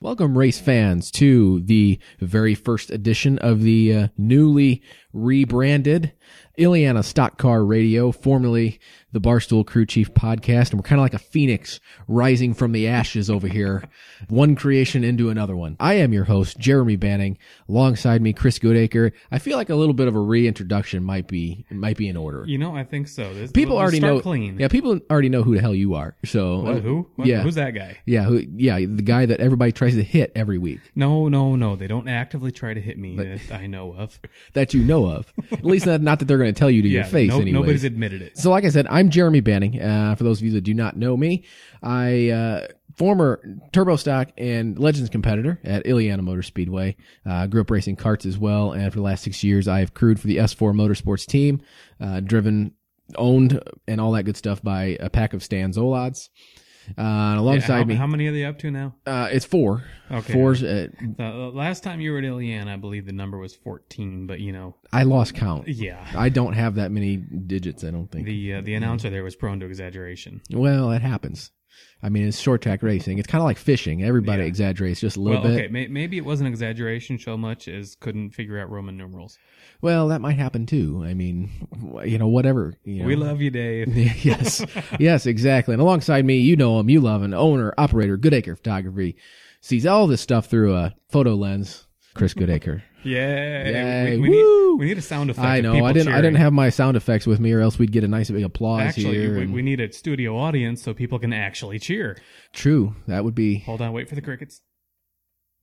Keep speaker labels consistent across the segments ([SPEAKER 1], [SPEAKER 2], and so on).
[SPEAKER 1] Welcome, race fans, to the very first edition of the uh, newly rebranded Ileana Stock Car Radio, formerly the Barstool Crew Chief podcast. And we're kind of like a phoenix rising from the ashes over here, one creation into another one. I am your host, Jeremy Banning. Alongside me, Chris Goodacre. I feel like a little bit of a reintroduction might be might be in order.
[SPEAKER 2] You know, I think so. This,
[SPEAKER 1] People
[SPEAKER 2] we'll
[SPEAKER 1] already
[SPEAKER 2] start
[SPEAKER 1] know.
[SPEAKER 2] Clean.
[SPEAKER 1] Yeah, people already know who the hell you are. So
[SPEAKER 2] What, who? What-
[SPEAKER 1] Yeah.
[SPEAKER 2] Who's that guy?
[SPEAKER 1] Yeah, who, yeah, the guy that everybody tries to hit every week.
[SPEAKER 2] No, no, no. They don't actively try to hit me that I know of.
[SPEAKER 1] that you know of. At least not, not that they're going to tell you to your
[SPEAKER 2] Yeah.
[SPEAKER 1] face
[SPEAKER 2] no-
[SPEAKER 1] anyway.
[SPEAKER 2] nobody's admitted it.
[SPEAKER 1] So, like I said, I'm Jeremy Banning. Uh, for those of you that do not know me, I uh, former Turbo Stock and Legends competitor at Ileana Motor Speedway. Uh, grew up racing karts as well, and for the last six years, I have crewed for the S4 Motorsports team, uh, driven, owned, and all that good stuff by a pack of Stan Zolods. Uh, and
[SPEAKER 2] Yeah,
[SPEAKER 1] alongside
[SPEAKER 2] how,
[SPEAKER 1] me,
[SPEAKER 2] how many are they up to now?
[SPEAKER 1] uh, it's four.
[SPEAKER 2] Okay.
[SPEAKER 1] Fours. Uh,
[SPEAKER 2] The, the last time you were at Iliana, I believe the number was 14, but you know,
[SPEAKER 1] I lost count.
[SPEAKER 2] yeah.
[SPEAKER 1] I don't have that many digits. I don't think.
[SPEAKER 2] The uh, the announcer there was prone to exaggeration.
[SPEAKER 1] Well, it happens. I mean, it's short track racing. It's kind of like fishing. Everybody
[SPEAKER 2] Yeah.
[SPEAKER 1] exaggerates just a little
[SPEAKER 2] Well,
[SPEAKER 1] bit.
[SPEAKER 2] okay, may, maybe it wasn't exaggeration so much as couldn't figure out Roman numerals.
[SPEAKER 1] Well, that might happen too. I mean, wh- you know, whatever. You know.
[SPEAKER 2] We love you, Dave.
[SPEAKER 1] yes, yes, exactly. And alongside me, you know him, you love him, owner, operator, Goodacre Photography, sees all this stuff through a photo lens. Chris Goodacre.
[SPEAKER 2] Yeah,
[SPEAKER 1] Yay,
[SPEAKER 2] we, we
[SPEAKER 1] woo!
[SPEAKER 2] Need, we need a sound effect.
[SPEAKER 1] I
[SPEAKER 2] of
[SPEAKER 1] know.
[SPEAKER 2] people
[SPEAKER 1] I didn't. I
[SPEAKER 2] cheering.
[SPEAKER 1] didn't have my sound effects with me, or else we'd get a nice big applause
[SPEAKER 2] Actually,
[SPEAKER 1] here.
[SPEAKER 2] we,
[SPEAKER 1] and-
[SPEAKER 2] we need a studio audience so people can actually cheer.
[SPEAKER 1] true. That would be.
[SPEAKER 2] Hold on, wait for the crickets.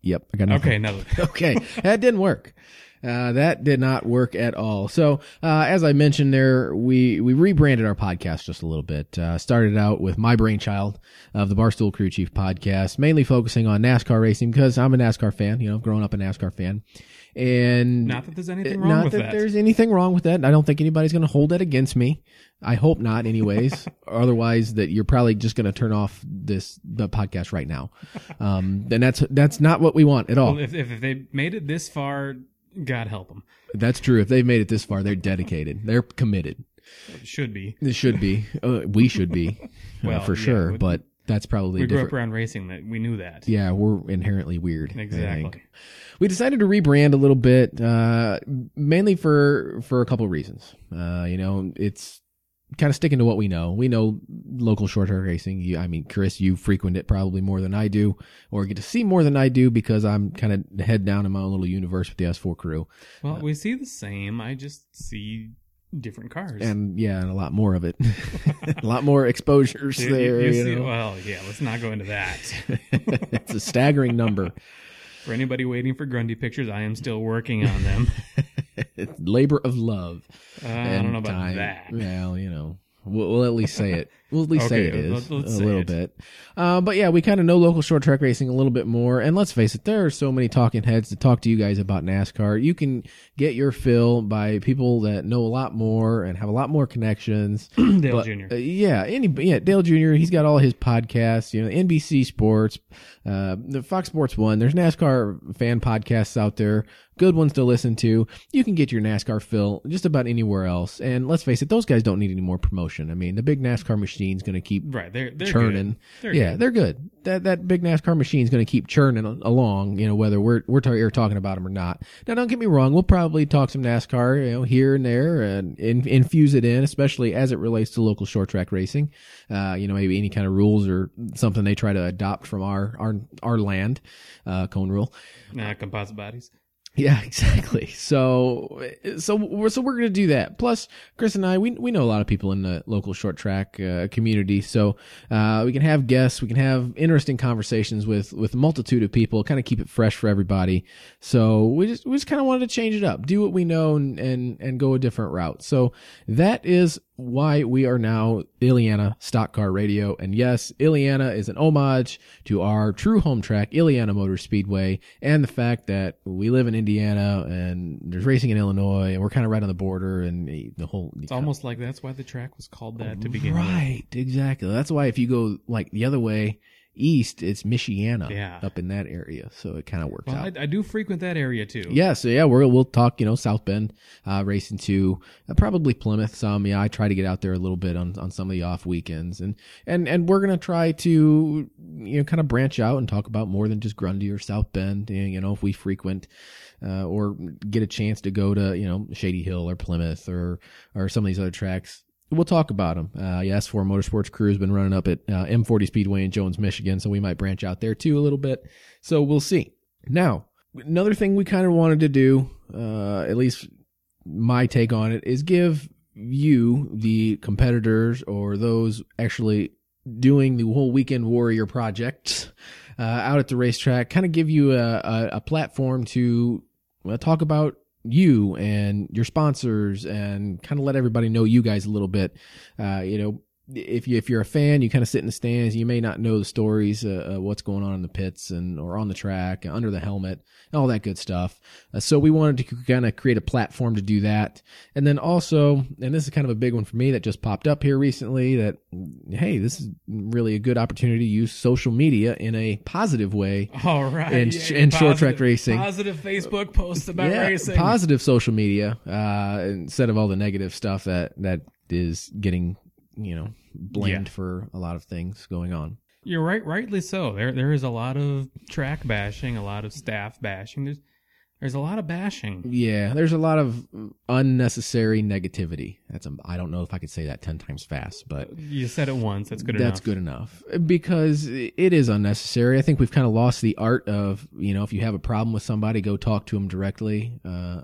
[SPEAKER 1] Yep. I got nothing.
[SPEAKER 2] Okay, another.
[SPEAKER 1] okay, that didn't work. Uh, that did not work at all. So, uh, as I mentioned there, we, we rebranded our podcast just a little bit. Uh, started out with my brainchild of the Barstool Crew Chief podcast, mainly focusing on NASCAR racing because I'm a NASCAR fan, you know, growing up a NASCAR fan. And
[SPEAKER 2] Not that there's anything
[SPEAKER 1] it-
[SPEAKER 2] wrong
[SPEAKER 1] not
[SPEAKER 2] with
[SPEAKER 1] that,
[SPEAKER 2] that.
[SPEAKER 1] there's anything wrong with that. I don't think anybody's going to hold that against me. I hope not, anyways. Otherwise, that you're probably just going to turn off this the podcast right now. Um, and that's that's not what we want at all.
[SPEAKER 2] Well, if, if if they made it this far, God help them.
[SPEAKER 1] That's true. If they've made it this far, they're dedicated. They're committed.
[SPEAKER 2] It should be.
[SPEAKER 1] It should be. Uh, we should be, uh,
[SPEAKER 2] Well,
[SPEAKER 1] for
[SPEAKER 2] yeah,
[SPEAKER 1] sure.
[SPEAKER 2] we-
[SPEAKER 1] but that's probably
[SPEAKER 2] We grew
[SPEAKER 1] different.
[SPEAKER 2] up around racing. That we knew that.
[SPEAKER 1] yeah, we're inherently weird. I
[SPEAKER 2] exactly.
[SPEAKER 1] think. We decided to rebrand a little bit, uh, mainly for for a couple of reasons. Uh, you know, it's kind of sticking to what we know. We know local short track racing. You, I mean, Chris, you frequent it probably more than I do, or get to see more than I do because I'm kind of head down in my own little universe with the S4 crew.
[SPEAKER 2] Well, we see the same. I just see different cars.
[SPEAKER 1] and yeah, and a lot more of it, a lot more exposures
[SPEAKER 2] You- you-
[SPEAKER 1] there.
[SPEAKER 2] you
[SPEAKER 1] You
[SPEAKER 2] see-
[SPEAKER 1] know?
[SPEAKER 2] Well, yeah. Let's not go into that.
[SPEAKER 1] it's a staggering number.
[SPEAKER 2] for anybody waiting for Grundy pictures, I am still working on them.
[SPEAKER 1] It's labor of love.
[SPEAKER 2] Uh, I
[SPEAKER 1] and
[SPEAKER 2] don't know about
[SPEAKER 1] time.
[SPEAKER 2] that.
[SPEAKER 1] Well, you know, we'll, we'll at least say it. We'll at least say it
[SPEAKER 2] Okay,
[SPEAKER 1] is
[SPEAKER 2] let's- let's
[SPEAKER 1] a
[SPEAKER 2] say
[SPEAKER 1] little
[SPEAKER 2] it.
[SPEAKER 1] bit. Uh, but yeah, we kind of know local short track racing a little bit more. And let's face it, there are so many talking heads to talk to you guys about NASCAR. You can get your fill by people that know a lot more and have a lot more connections.
[SPEAKER 2] Dale
[SPEAKER 1] But,
[SPEAKER 2] Jr.
[SPEAKER 1] uh, yeah, any yeah, Dale Jr. He's got all his podcasts. You know, NBC Sports, uh, the Fox Sports One. There's NASCAR fan podcasts out there, good ones to listen to. You can get your NASCAR fill just about anywhere else. And let's face it, those guys don't need any more promotion. I mean, the big NASCAR machine's going to keep
[SPEAKER 2] right. They're they're
[SPEAKER 1] churning.
[SPEAKER 2] Good. They're
[SPEAKER 1] yeah,
[SPEAKER 2] good.
[SPEAKER 1] they're good. That that big NASCAR machine's going to keep churning al- along. You know, whether we're we're ta- you're talking about them or not. Now, don't get me wrong. We'll probably talk some NASCAR, you know, here and there, and in, infuse it in, especially as it relates to local short track racing. Uh, you know, maybe any kind of rules or something they try to adopt from our our our land, uh, cone rule.
[SPEAKER 2] Nah, composite bodies.
[SPEAKER 1] Yeah, exactly. So, so we're so we're gonna do that. Plus, Chris and I, we we know a lot of people in the local short track uh, community, so uh, we can have guests, we can have interesting conversations with with a multitude of people, kind of keep it fresh for everybody. So we just we just kind of wanted to change it up, do what we know, and and and go a different route. So that is why we are now Ileana Stock Car Radio. And yes, Ileana is an homage to our true home track, Ileana Motor Speedway, and the fact that we live in Indiana and there's racing in Illinois and we're kind of right on the border and the whole.
[SPEAKER 2] It's almost like that's why the track was called that to begin
[SPEAKER 1] Oh, Right, exactly. That's why if you go like the other way east, it's Michiana
[SPEAKER 2] Yeah.
[SPEAKER 1] up in that area. So it kind of works
[SPEAKER 2] with. Well,
[SPEAKER 1] out.
[SPEAKER 2] I, I do frequent that area too.
[SPEAKER 1] Yeah, so yeah, we're, we'll talk, you know, South Bend, uh, racing to uh, probably Plymouth some. Yeah, I try to get out there a little bit on, on some of the off weekends and, and, and we're going to try to, you know, kind of branch out and talk about more than just Grundy or South Bend. You know, you know, if we frequent, uh, or get a chance to go to, you know, Shady Hill or Plymouth or, or some of these other tracks. We'll talk about them. Uh, yeah, S4 Motorsports Crew has been running up at uh, M40 Speedway in Jones, Michigan, so we might branch out there too a little bit. So we'll see. Now, another thing we kind of wanted to do, uh, at least my take on it, is give you, the competitors or those actually doing the whole weekend warrior project uh, out at the racetrack, kind of give you a, a, a platform to uh, talk about you and your sponsors and kind of let everybody know you guys a little bit. Uh, you know, if you if you're a fan, you kind of sit in the stands. You may not know the stories, uh, uh, what's going on in the pits and or on the track, under the helmet, and all that good stuff. Uh, so we wanted to kind of create a platform to do that, and then also, and this is kind of a big one for me that just popped up here recently. That hey, this is really a good opportunity to use social media in a positive way.
[SPEAKER 2] All right.
[SPEAKER 1] And-
[SPEAKER 2] Yay,
[SPEAKER 1] and short track racing.
[SPEAKER 2] Positive Facebook posts about racing.
[SPEAKER 1] Positive social media uh, instead of all the negative stuff that that is getting you know blamed for a lot of things going on.
[SPEAKER 2] You're right, rightly so. There there is a lot of track bashing, a lot of staff bashing. There's there's a lot of bashing.
[SPEAKER 1] Yeah, there's a lot of unnecessary negativity. That's a, I don't know if I could say that ten times fast, but
[SPEAKER 2] You said it once. That's good
[SPEAKER 1] that's
[SPEAKER 2] enough.
[SPEAKER 1] good enough because it is unnecessary. I think we've kind of lost the art of you know if you have a problem with somebody, go talk to them directly. Uh,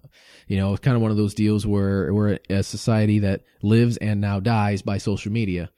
[SPEAKER 1] you know, it's kind of one of those deals where we're a society that lives and now dies by social media.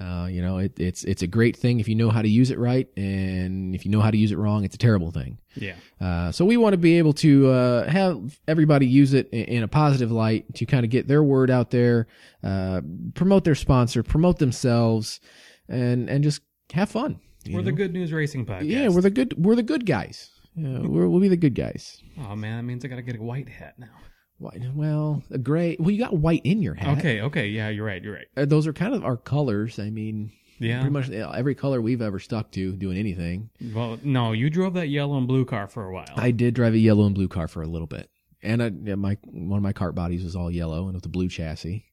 [SPEAKER 1] Uh, you know, it, it's it's a great thing if you know how to use it right, and if you know how to use it wrong, it's a terrible thing.
[SPEAKER 2] Yeah.
[SPEAKER 1] Uh, so we want to be able to uh, have everybody use it in, in a positive light to kind of get their word out there, uh, promote their sponsor, promote themselves, and and just have fun. you
[SPEAKER 2] We're the
[SPEAKER 1] know?
[SPEAKER 2] good news racing podcast.
[SPEAKER 1] yeah, we're the good we're the good guys. Yeah, we're, we'll be the good guys.
[SPEAKER 2] Oh man, that means I gotta get a white hat now.
[SPEAKER 1] Why- Well, a gray. Well, you got white in your hat.
[SPEAKER 2] Okay, okay, yeah, you're right, you're right.
[SPEAKER 1] Uh, those are kind of our colors. I mean,
[SPEAKER 2] Yeah.
[SPEAKER 1] pretty much uh, every color we've ever stuck to doing anything.
[SPEAKER 2] Well, no, you drove that yellow and blue car for a while.
[SPEAKER 1] I did drive a yellow and blue car for a little bit, and I, yeah, my one of my cart bodies was all yellow and with a blue chassis.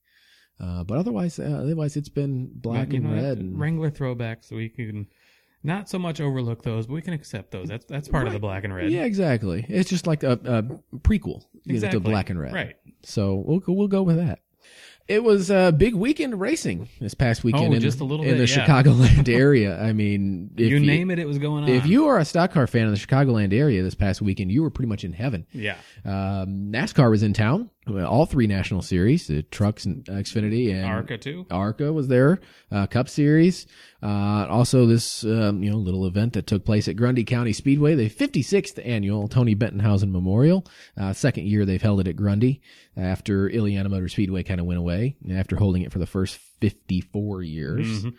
[SPEAKER 1] Uh, but otherwise, uh, otherwise it's been black
[SPEAKER 2] But, you
[SPEAKER 1] and
[SPEAKER 2] know,
[SPEAKER 1] red.
[SPEAKER 2] that's
[SPEAKER 1] and-
[SPEAKER 2] Wrangler throwbacks. We can not so much overlook those, but we can accept those. That's that's part of the black and red.
[SPEAKER 1] Yeah, exactly. It's just like a, a prequel you know, to
[SPEAKER 2] Exactly.
[SPEAKER 1] black and red.
[SPEAKER 2] Right.
[SPEAKER 1] So we'll go- we'll go with that. It was a uh, big weekend racing this past weekend
[SPEAKER 2] Oh,
[SPEAKER 1] in,
[SPEAKER 2] just a little
[SPEAKER 1] in
[SPEAKER 2] bit,
[SPEAKER 1] the
[SPEAKER 2] yeah.
[SPEAKER 1] Chicagoland area. I mean, if
[SPEAKER 2] you, name it, it was going on.
[SPEAKER 1] If you are a stock car fan in the Chicagoland area this past weekend, you were pretty much in heaven.
[SPEAKER 2] yeah,
[SPEAKER 1] Um, NASCAR was in town. Well, All three national series, the trucks and Xfinity and
[SPEAKER 2] Arca too.
[SPEAKER 1] Arca was there. Uh, Cup Series. Uh, also this, um, you know, little event that took place at Grundy County Speedway, the 56th annual Tony Bentonhausen Memorial. Uh, second year they've held it at Grundy after Ileana Motor Speedway kind of went away after holding it for the first 54 years.
[SPEAKER 2] Mhm.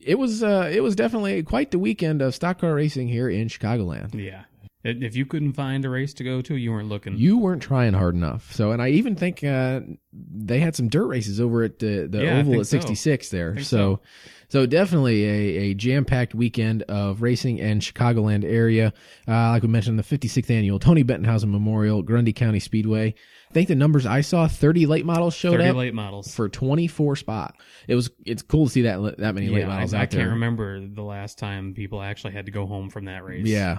[SPEAKER 1] It was, uh, it was definitely quite the weekend of stock car racing here in Chicagoland.
[SPEAKER 2] Yeah. If if you couldn't find a race to go to, you weren't looking.
[SPEAKER 1] You weren't trying hard enough. So, and I even think uh, they had some dirt races over at the, the
[SPEAKER 2] Yeah, I
[SPEAKER 1] Oval
[SPEAKER 2] think
[SPEAKER 1] at
[SPEAKER 2] so.
[SPEAKER 1] 66 there. So,
[SPEAKER 2] think
[SPEAKER 1] so,
[SPEAKER 2] so.
[SPEAKER 1] definitely a, a jam packed weekend of racing and Chicagoland area. Uh, like we mentioned, the 56th annual Tony Bettenhausen Memorial, Grundy County Speedway. I think the numbers I saw 30 late models showed
[SPEAKER 2] 30
[SPEAKER 1] up
[SPEAKER 2] late models.
[SPEAKER 1] for 24 spot. It was, it's cool to see that, that many late
[SPEAKER 2] Yeah, I,
[SPEAKER 1] models
[SPEAKER 2] I
[SPEAKER 1] out
[SPEAKER 2] can't
[SPEAKER 1] there.
[SPEAKER 2] remember the last time people actually had to go home from that race.
[SPEAKER 1] Yeah.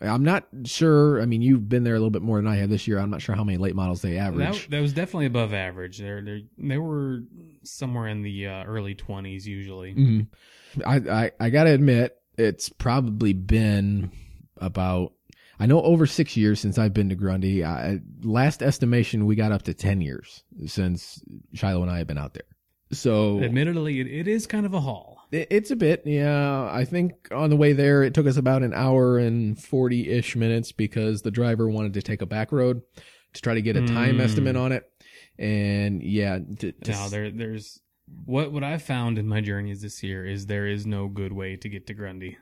[SPEAKER 1] I'm not sure. I mean, you've been there a little bit more than I have this year. I'm not sure how many late models they average.
[SPEAKER 2] That, that was definitely above average. There, there, they were somewhere in the uh, early twenties usually.
[SPEAKER 1] Mhm. I, I I gotta admit, it's probably been about I know over six years since I've been to Grundy. I, last estimation, we got up to ten years since Shiloh and I have been out there. So
[SPEAKER 2] Admittedly, it, it is kind of a haul.
[SPEAKER 1] it, it's a bit, yeah. I think on the way there, it took us about an hour and 40 ish minutes because the driver wanted to take a back road to try to get a time
[SPEAKER 2] Mm.
[SPEAKER 1] estimate on it. And yeah, to, to
[SPEAKER 2] No, there, there's What what I've found in my journeys this year is there is no good way to get to Grundy.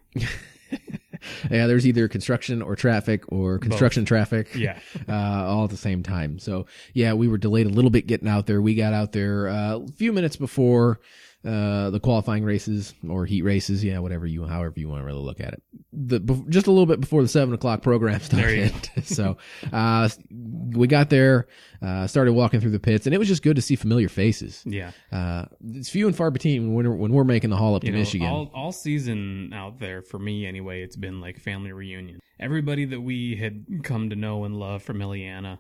[SPEAKER 1] Yeah, there's either construction or traffic or construction traffic.
[SPEAKER 2] Yeah.
[SPEAKER 1] uh, all at the same time. So yeah, we were delayed a little bit getting out there. We got out there uh, a few minutes before uh, the qualifying races or heat races. Yeah, whatever you, however you want to really look at it. The bef- just a little bit before the seven o'clock program
[SPEAKER 2] you
[SPEAKER 1] started. so uh, we got there, uh, started walking through the pits, and it was just good to see familiar faces.
[SPEAKER 2] Yeah.
[SPEAKER 1] Uh, it's few and far between when we're, when we're making the haul up to
[SPEAKER 2] You know,
[SPEAKER 1] Michigan.
[SPEAKER 2] all all season out there for me anyway, it's been like family reunion. Everybody that we had come to know and love from Ileana,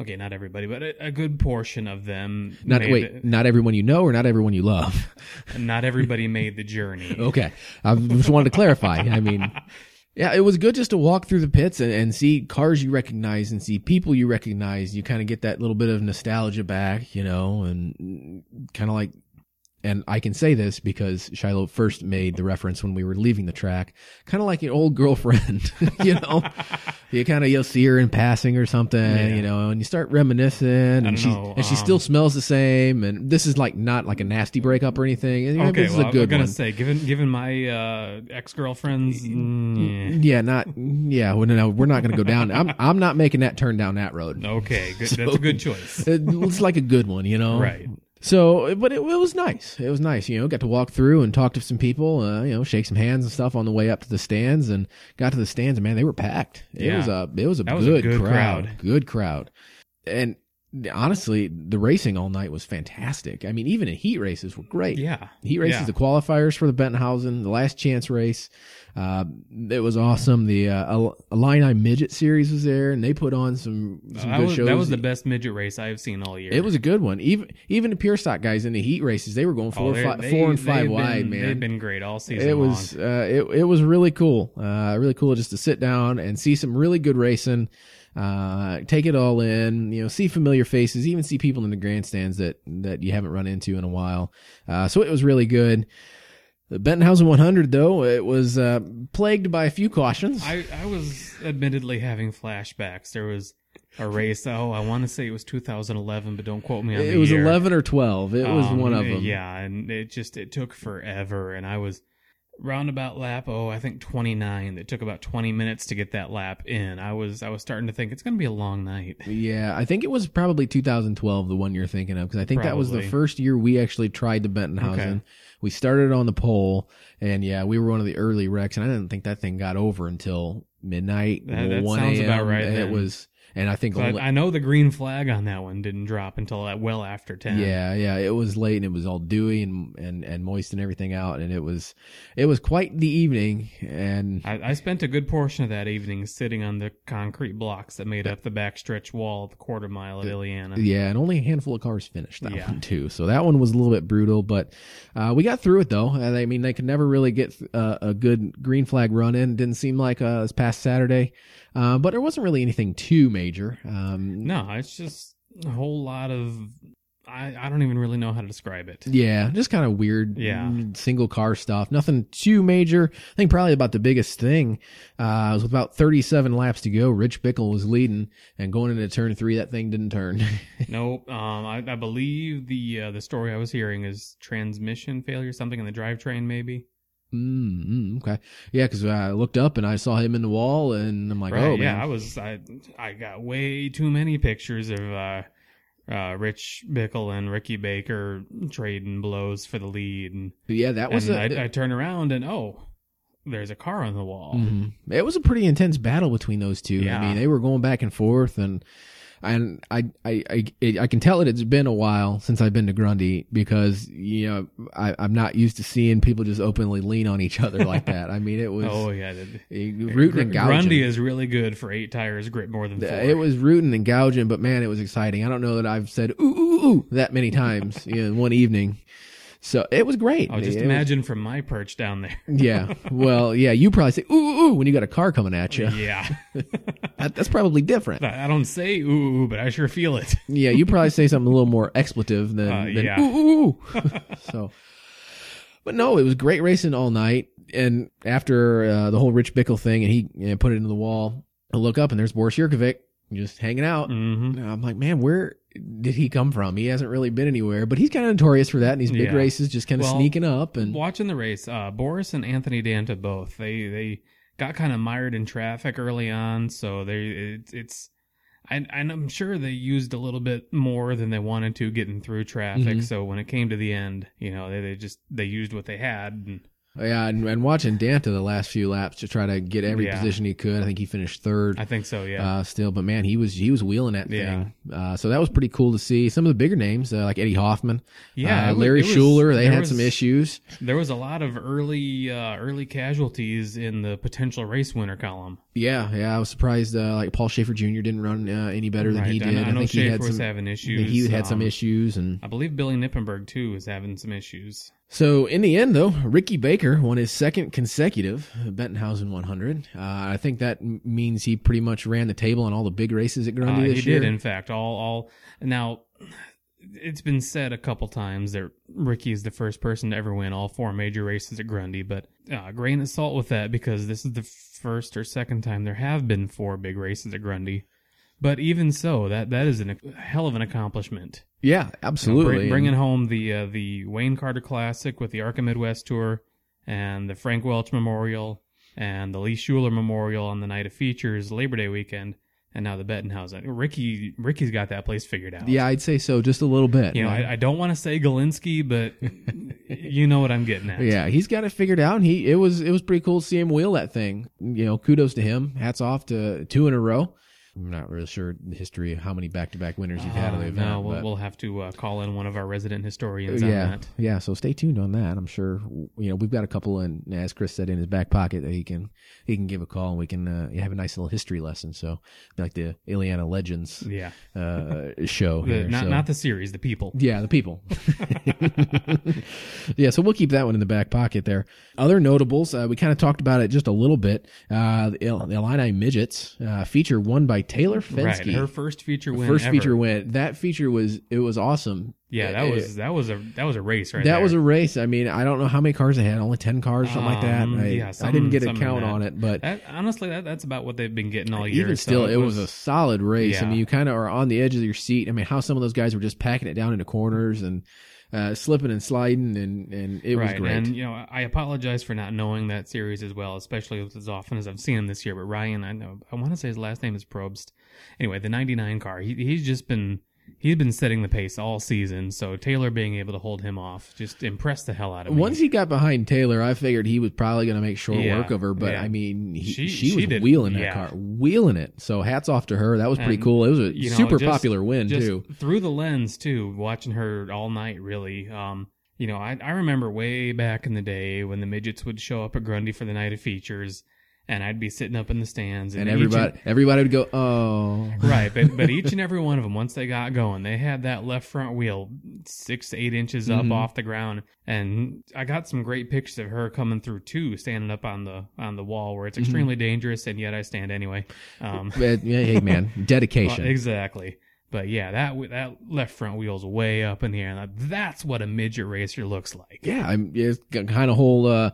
[SPEAKER 2] okay, not everybody, but a, a good portion of them.
[SPEAKER 1] not
[SPEAKER 2] made
[SPEAKER 1] wait, not everyone you know or not everyone you love.
[SPEAKER 2] the- not everybody made the journey.
[SPEAKER 1] Okay. I just wanted to clarify. I mean, yeah, it was good just to walk through the pits and, and see cars you recognize and see people you recognize. You kind of get that little bit of nostalgia back, you know, and kind of like, and I can say this because Shiloh first made the reference when we were leaving the track, kind of like an old girlfriend, you know, you kind of, you'll see her in passing or something,
[SPEAKER 2] Yeah.
[SPEAKER 1] you know, and you start reminiscing and
[SPEAKER 2] don't
[SPEAKER 1] she,
[SPEAKER 2] know,
[SPEAKER 1] and she
[SPEAKER 2] um,
[SPEAKER 1] still smells the same. And this is like not like a nasty breakup or anything. And, you know,
[SPEAKER 2] Okay,
[SPEAKER 1] this
[SPEAKER 2] well,
[SPEAKER 1] is a good
[SPEAKER 2] I'm gonna
[SPEAKER 1] one.
[SPEAKER 2] say, given given my uh, ex girlfriends, mm,
[SPEAKER 1] Yeah, not yeah. Well, no, no, we're not going to go down. I'm I'm not making that turn down that road.
[SPEAKER 2] yeah. okay, good, that's a good choice,
[SPEAKER 1] It looks like a good one, you know.
[SPEAKER 2] right?
[SPEAKER 1] So, but it, it was nice. It was nice, you know. Got to walk through and talk to some people, uh, you know, shake some hands and stuff on the way up to the stands, and got to the stands. and Man, they were packed. It
[SPEAKER 2] Yeah.
[SPEAKER 1] was a it was a,
[SPEAKER 2] That
[SPEAKER 1] good,
[SPEAKER 2] was a good crowd.
[SPEAKER 1] good crowd, and honestly, the racing all night was fantastic. I mean, even the heat races were great.
[SPEAKER 2] Yeah,
[SPEAKER 1] He races
[SPEAKER 2] Yeah.
[SPEAKER 1] the qualifiers for the Bentonhausen, the last chance race. Uh, it was awesome. The uh, Al- Illini Midget Series was there, and they put on some, some
[SPEAKER 2] that
[SPEAKER 1] good
[SPEAKER 2] was,
[SPEAKER 1] shows.
[SPEAKER 2] that was the best midget race I've seen all year.
[SPEAKER 1] it was a good one. Even even the Pure Stock guys in the heat races, they were going
[SPEAKER 2] Oh,
[SPEAKER 1] four,
[SPEAKER 2] they-
[SPEAKER 1] or fi-
[SPEAKER 2] they-
[SPEAKER 1] four and
[SPEAKER 2] they've
[SPEAKER 1] five
[SPEAKER 2] been-
[SPEAKER 1] wide, man.
[SPEAKER 2] They've been great all season.
[SPEAKER 1] it was
[SPEAKER 2] long.
[SPEAKER 1] uh, it it was really cool, uh, really cool just to sit down and see some really good racing, uh, take it all in, you know, see familiar faces, even see people in the grandstands that that you haven't run into in a while. Uh, so it was really good. The Bentonhausen 100, though, it was uh, plagued by a few cautions.
[SPEAKER 2] I, I was admittedly having flashbacks. There was a race. Oh, I want to say it was 2011, but don't quote me on the
[SPEAKER 1] it was
[SPEAKER 2] year.
[SPEAKER 1] 11 or 12. It was
[SPEAKER 2] Um,
[SPEAKER 1] one of them.
[SPEAKER 2] Yeah, and it just it took forever, and I was roundabout lap. Oh, I think 29. It took about 20 minutes to get that lap in. I was I was starting to think it's going to be a long night.
[SPEAKER 1] Yeah, I think it was probably 2012, the one you're thinking of, because I think that was the
[SPEAKER 2] Probably.
[SPEAKER 1] first year we actually tried the Bentonhausen.
[SPEAKER 2] Okay.
[SPEAKER 1] We started on the pole, and yeah, we were one of the early wrecks, and I didn't think that thing got over until midnight.
[SPEAKER 2] That- that
[SPEAKER 1] 1
[SPEAKER 2] sounds about
[SPEAKER 1] a.m.,
[SPEAKER 2] right
[SPEAKER 1] and It
[SPEAKER 2] then.
[SPEAKER 1] was, and I think,
[SPEAKER 2] So
[SPEAKER 1] only-
[SPEAKER 2] I, I know the green flag on that one didn't drop until uh, well after 10.
[SPEAKER 1] yeah, yeah, it was late, and it was all dewy and and and moist and everything out, and it was, it was quite the evening, and
[SPEAKER 2] I, I spent a good portion of that evening sitting on the concrete blocks that made up the backstretch wall of the quarter mile at Ileana.
[SPEAKER 1] Yeah, and only a handful of cars finished that
[SPEAKER 2] Yeah.
[SPEAKER 1] one too. So that one was a little bit brutal, but uh, we got through it though. And I mean, they could never really get uh, a good green flag run in. Didn't seem like uh, this past Saturday, uh, but there wasn't really anything too major. Um,
[SPEAKER 2] No, it's just a whole lot of. I, I don't even really know how to describe it.
[SPEAKER 1] Yeah, just kind of weird
[SPEAKER 2] Yeah.
[SPEAKER 1] mm, single car stuff. Nothing too major. I think probably about the biggest thing uh, was with about 37 laps to go. Rich Bickle was leading, and going into turn three, that thing didn't turn.
[SPEAKER 2] Nope. Um, I, I believe the uh, the story I was hearing is transmission failure, something in the drivetrain, maybe.
[SPEAKER 1] Mm, mm, okay. Yeah, because I looked up and I saw him in the wall, and I'm like,
[SPEAKER 2] right.
[SPEAKER 1] oh
[SPEAKER 2] yeah,
[SPEAKER 1] man.
[SPEAKER 2] I was. I I got way too many pictures of uh, uh, Rich Bickle and Ricky Baker trading blows for the lead, and,
[SPEAKER 1] yeah, that was
[SPEAKER 2] and
[SPEAKER 1] a.
[SPEAKER 2] I, I turn around and oh, there's a car on the wall.
[SPEAKER 1] Mhm. It was a pretty intense battle between those two.
[SPEAKER 2] Yeah.
[SPEAKER 1] I mean, they were going back and forth, and and I I I, it, I can tell it. It's been a while since I've been to Grundy because you know I, I'm not used to seeing people just openly lean on each other like that. I mean, it was
[SPEAKER 2] Oh yeah, the,
[SPEAKER 1] eh, rooting and
[SPEAKER 2] Gr-
[SPEAKER 1] gouging.
[SPEAKER 2] Grundy is really good for eight tires grip more than four.
[SPEAKER 1] Uh, It was rooting and gouging, but man, it was exciting. I don't know that I've said ooh ooh ooh that many times in one evening. So it was great.
[SPEAKER 2] Oh, just
[SPEAKER 1] It was-
[SPEAKER 2] imagine from my perch down there.
[SPEAKER 1] yeah. Well, yeah. You probably say ooh ooh ooh when you got a car coming at you.
[SPEAKER 2] Yeah,
[SPEAKER 1] That, that's probably different.
[SPEAKER 2] I I don't say ooh, ooh, but I sure feel it.
[SPEAKER 1] Yeah, you probably say something a little more expletive than,
[SPEAKER 2] Uh,
[SPEAKER 1] than
[SPEAKER 2] yeah.
[SPEAKER 1] ooh ooh. ooh." so, but no, it was great racing all night. And after uh, the whole Rich Bickle thing, and he you know, put it into the wall. I look up and there's Boris Yurkovic just hanging out.
[SPEAKER 2] Mm-hmm.
[SPEAKER 1] And I'm like, man, where did he come from? He hasn't really been anywhere, but he's kind of notorious for that in these big
[SPEAKER 2] Yeah.
[SPEAKER 1] races, just kind of
[SPEAKER 2] Well,
[SPEAKER 1] sneaking up and
[SPEAKER 2] Watching the race, uh, Boris and Anthony Danta both they they got kind of mired in traffic early on, so they it, it's. And, and I'm sure they used a little bit more than they wanted to getting through traffic.
[SPEAKER 1] Mhm.
[SPEAKER 2] So when it came to the end, you know, they, they just they used what they had. And
[SPEAKER 1] Oh, yeah, and, and watching Danta the last few laps to try to get every
[SPEAKER 2] Yeah.
[SPEAKER 1] position he could. I think he finished third.
[SPEAKER 2] I think so, yeah.
[SPEAKER 1] uh, still. But man, he was he was wheeling that
[SPEAKER 2] Yeah.
[SPEAKER 1] thing. Uh, so that was pretty cool to see. Some of the bigger names uh, like Eddie Hoffman,
[SPEAKER 2] yeah,
[SPEAKER 1] uh,
[SPEAKER 2] it was-
[SPEAKER 1] Larry
[SPEAKER 2] it was-
[SPEAKER 1] Schuler, they
[SPEAKER 2] there
[SPEAKER 1] had
[SPEAKER 2] was-
[SPEAKER 1] some issues.
[SPEAKER 2] There was a lot of early uh, early casualties in the potential race winner column.
[SPEAKER 1] Yeah, yeah. I was surprised. Uh, like Paul Schaefer Jr. didn't run uh, any better than he
[SPEAKER 2] I,
[SPEAKER 1] did.
[SPEAKER 2] know- I know
[SPEAKER 1] think
[SPEAKER 2] Schaefer
[SPEAKER 1] he had
[SPEAKER 2] was
[SPEAKER 1] some.
[SPEAKER 2] having
[SPEAKER 1] I
[SPEAKER 2] issues.
[SPEAKER 1] think he had some
[SPEAKER 2] um,
[SPEAKER 1] issues, and
[SPEAKER 2] I believe Billy Nippenberg too was having some issues.
[SPEAKER 1] so in the end, though, Ricky Baker won his second consecutive Bettenhausen 100. Uh, I think that m- means he pretty much ran the table on all the big races at
[SPEAKER 2] Uh,
[SPEAKER 1] Grundy
[SPEAKER 2] he
[SPEAKER 1] this year.
[SPEAKER 2] did, in fact. All all now. It's been said a couple times that Ricky is the first person to ever win all four major races at Grundy, but uh, grain of salt with that because this is the first or second time there have been four big races at Grundy. But even so, that that is an, a hell of an accomplishment.
[SPEAKER 1] yeah,
[SPEAKER 2] You know, bring-
[SPEAKER 1] absolutely.
[SPEAKER 2] bringing home the uh, the Wayne Carter Classic with the Arca Midwest Tour and the Frank Welch Memorial and the Lee Schuler Memorial on the night of features Labor Day weekend and now the Bettenhausen. Ricky Ricky's got that place figured out.
[SPEAKER 1] yeah, I'd say so, just a little bit.
[SPEAKER 2] You know, I, I don't want to say Galinsky, but you know what I'm getting at.
[SPEAKER 1] Yeah, he's got it figured out. And he it was it was pretty cool to see him wheel that thing. You know, kudos to him. Hats off to two in a row. I'm not really sure the history of how many back to back winners you've had
[SPEAKER 2] Uh,
[SPEAKER 1] on the event.
[SPEAKER 2] no, we'll,
[SPEAKER 1] but-
[SPEAKER 2] we'll have to uh, call in one of our resident historians on
[SPEAKER 1] yeah,
[SPEAKER 2] that.
[SPEAKER 1] yeah. So stay tuned on that. I'm sure you know we've got a couple, and as Chris said, in his back pocket that he can he can give a call and we can uh, have a nice little history lesson. So like the Ileana Legends
[SPEAKER 2] Yeah,
[SPEAKER 1] uh, show.
[SPEAKER 2] The-
[SPEAKER 1] here,
[SPEAKER 2] not
[SPEAKER 1] so.
[SPEAKER 2] not the series, the people.
[SPEAKER 1] Yeah, the people. yeah, so we'll keep that one in the back pocket there. Other notables, uh, we kind of talked about it just a little bit. Uh, the, Il- the Illini Midgets uh, feature won by Taylor
[SPEAKER 2] Right,
[SPEAKER 1] Fensky.
[SPEAKER 2] her first feature win.
[SPEAKER 1] First
[SPEAKER 2] ever.
[SPEAKER 1] feature win. That feature was it was awesome.
[SPEAKER 2] Yeah, that
[SPEAKER 1] It-
[SPEAKER 2] was that was a that was a race right
[SPEAKER 1] that
[SPEAKER 2] there.
[SPEAKER 1] was a race. I mean, I don't know how many cars they had. Only ten cars, something like that.
[SPEAKER 2] Um,
[SPEAKER 1] I,
[SPEAKER 2] yeah,
[SPEAKER 1] I
[SPEAKER 2] something-
[SPEAKER 1] didn't get a
[SPEAKER 2] something
[SPEAKER 1] count
[SPEAKER 2] like
[SPEAKER 1] on it, but
[SPEAKER 2] That, honestly, that, that's about what they've been getting all year.
[SPEAKER 1] even
[SPEAKER 2] so
[SPEAKER 1] still, it was, a solid race. I
[SPEAKER 2] Yeah.
[SPEAKER 1] mean, you kind of are on the edge of your seat. I mean, how some of those guys were just packing it down into corners and uh, slipping and sliding, and and it
[SPEAKER 2] right.
[SPEAKER 1] was great.
[SPEAKER 2] And you know, I apologize for not knowing that series as well, especially with as often as I've seen him this year. But Ryan, I know I want to say his last name is Probst. Anyway, the '99 car. He, he's just been he's been setting the pace all season. So Taylor being able to hold him off just impressed the hell out of me.
[SPEAKER 1] Once he got behind Taylor, I figured he was probably going to make short
[SPEAKER 2] Yeah,
[SPEAKER 1] work of her. But
[SPEAKER 2] yeah.
[SPEAKER 1] I mean, he, she,
[SPEAKER 2] She- she
[SPEAKER 1] was
[SPEAKER 2] did-
[SPEAKER 1] wheeling that
[SPEAKER 2] yeah.
[SPEAKER 1] car, wheeling it. So hats off to her. That was pretty
[SPEAKER 2] And,
[SPEAKER 1] cool. It was a
[SPEAKER 2] you know,
[SPEAKER 1] super
[SPEAKER 2] just-
[SPEAKER 1] popular win
[SPEAKER 2] just
[SPEAKER 1] too.
[SPEAKER 2] through the lens too watching her all night really um you know I, I remember way back in the day when the midgets would show up at grundy for the night of features and i'd be sitting up in the stands and,
[SPEAKER 1] And
[SPEAKER 2] each
[SPEAKER 1] everybody, everybody would go, oh,
[SPEAKER 2] right but, but each and every one of them once they got going they had that left front wheel six to eight inches up
[SPEAKER 1] Mhm.
[SPEAKER 2] off the ground and i got some great pictures of her coming through too standing up on the on the wall
[SPEAKER 1] Mm-hmm.
[SPEAKER 2] where it's extremely dangerous and yet i stand anyway um
[SPEAKER 1] But, yeah, hey man, dedication.
[SPEAKER 2] well, Uh, exactly. But yeah, that w- that left front wheel's way up in the air. Now, that's what a midget racer looks like.
[SPEAKER 1] yeah, I'm it's kind of whole uh,